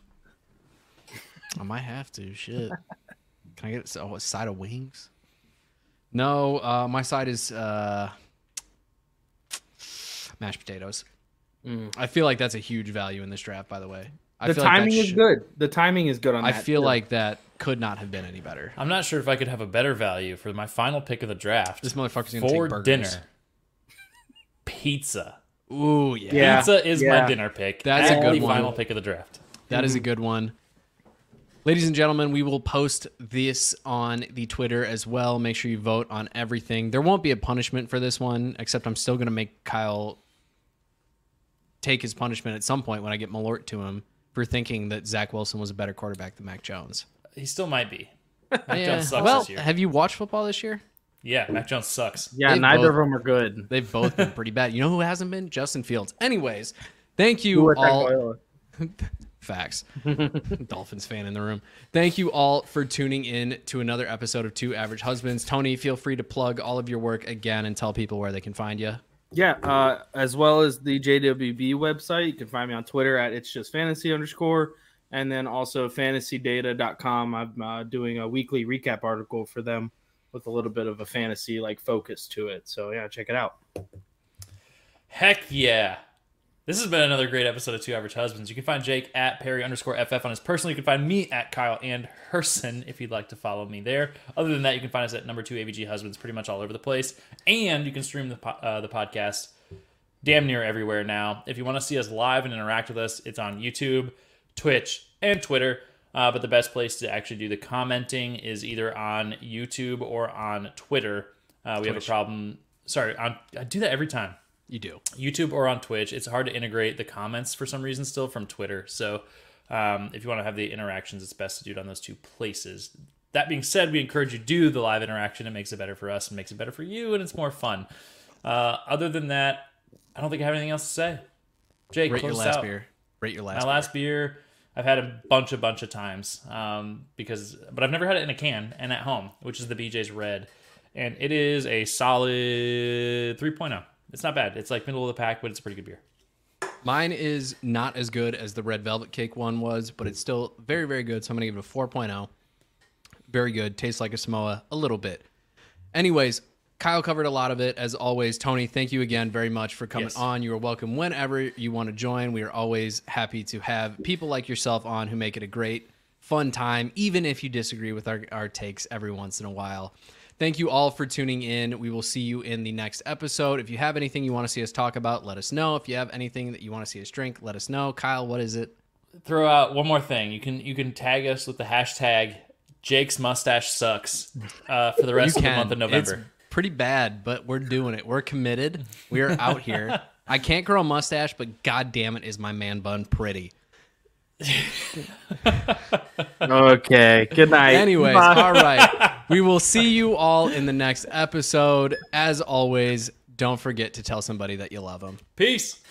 I might have to.
[LAUGHS]
Shit. Can I get oh, a side of wings? No, uh, my side is uh, mashed potatoes.
Mm.
I feel like that's a huge value in this draft, by the way. I
The
feel like that
timing is
should-
good. The timing is good on
I
that.
feel
too.
like that could not have been any better.
I'm not sure if I could have a better value for my final pick of the draft.
This motherfucker's gonna
for
take burgers.
dinner. Pizza.
Ooh, yeah.
Yeah.
Pizza is
yeah.
my dinner pick.
That's
at
a good
the
one.
final pick of the draft.
That is a good one. Ladies and gentlemen, we will post this on the Twitter as well. Make sure you vote on everything. There won't be a punishment for this one, except I'm still going to make Kyle take his punishment at some point when I get Malort to him for thinking that Zach Wilson was a better quarterback than Mac Jones.
He still might be. Mac
Yeah.
Jones sucks
Well,
this year.
have you watched football this year?
Yeah, Mac Jones sucks.
yeah,
they
neither
both-
of them are good.
They've both been pretty bad. You know who hasn't been? Justin Fields. Anyways, thank
Who
you
would think
all.
Loyola?
[LAUGHS]
Facts. Dolphins fan in the room. Thank you all for tuning in to another episode of Two Average Husbands. Tony, feel free to plug all of your work again and tell people where they can find you.
Yeah, uh, as well as the JWB website. You can find me on Twitter at it's just fantasy underscore, and then also fantasydata.com. I'm uh, doing a weekly recap article for them with a little bit of a fantasy like focus to it. So yeah, check it out.
Heck yeah. This has been another great episode of Two Average Husbands. You can find Jake at Perry underscore FF on his personal. You can find me at Kyle and Herson if you'd like to follow me there. Other than that, you can find us at number two AVG Husbands pretty much all over the place. And you can stream the, po- uh, the podcast damn near everywhere now. If you want to see us live and interact with us, it's on YouTube, Twitch, and Twitter. Uh, but the best place to actually do the commenting is either on YouTube or on Twitter. Uh, we have a
Twitch.
problem. Sorry, on, I do that every time.
You do.
YouTube or on Twitch. It's hard to integrate the comments for some reason still from Twitter. So um, if you want to have the interactions, it's best to do it on those two places. That being said, we encourage you to do the live interaction. It makes it better for us and makes it better for you, and it's more fun. Uh, other than that, I don't think I have anything else to say. Jake,
Rate your
close us
last
out.
beer. Rate your
My
last.
last beer, I've had a bunch, a bunch of times, um, because but I've never had it in a can and at home, which is the BJ's Red, and it is a solid 3.0. It's not bad. It's like middle of the pack, but it's a pretty good beer.
Mine is not as good as the red velvet cake one was, but it's still very, very good. So I'm going to give it a oh. 4.0. Very good. Tastes like a Samoa a little bit. Anyways, Kyle covered a lot of it as always. Tony, thank you again very much for coming
Yes.
on. You are welcome whenever you want to join. We are always happy to have people like yourself on who make it a great, fun time, even if you disagree with our, our takes every once in a while. Thank you all for tuning in. We will see you in the next episode. If you have anything you want to see us talk about, let us know. If you have anything that you want to see us drink, let us know. Kyle, what is it?
Throw out one more thing. You can you can tag us with the hashtag Jake's mustache sucks uh, for the rest of the month of November.
It's pretty bad, but we're doing it. We're committed. We are out
[LAUGHS]
here. I can't grow a mustache, but god damn it, is my man bun pretty.
Okay. Good night.
Anyways,
Bye.
all right. We will see you all in the next episode. As always, don't forget to tell somebody that you love them.
Peace.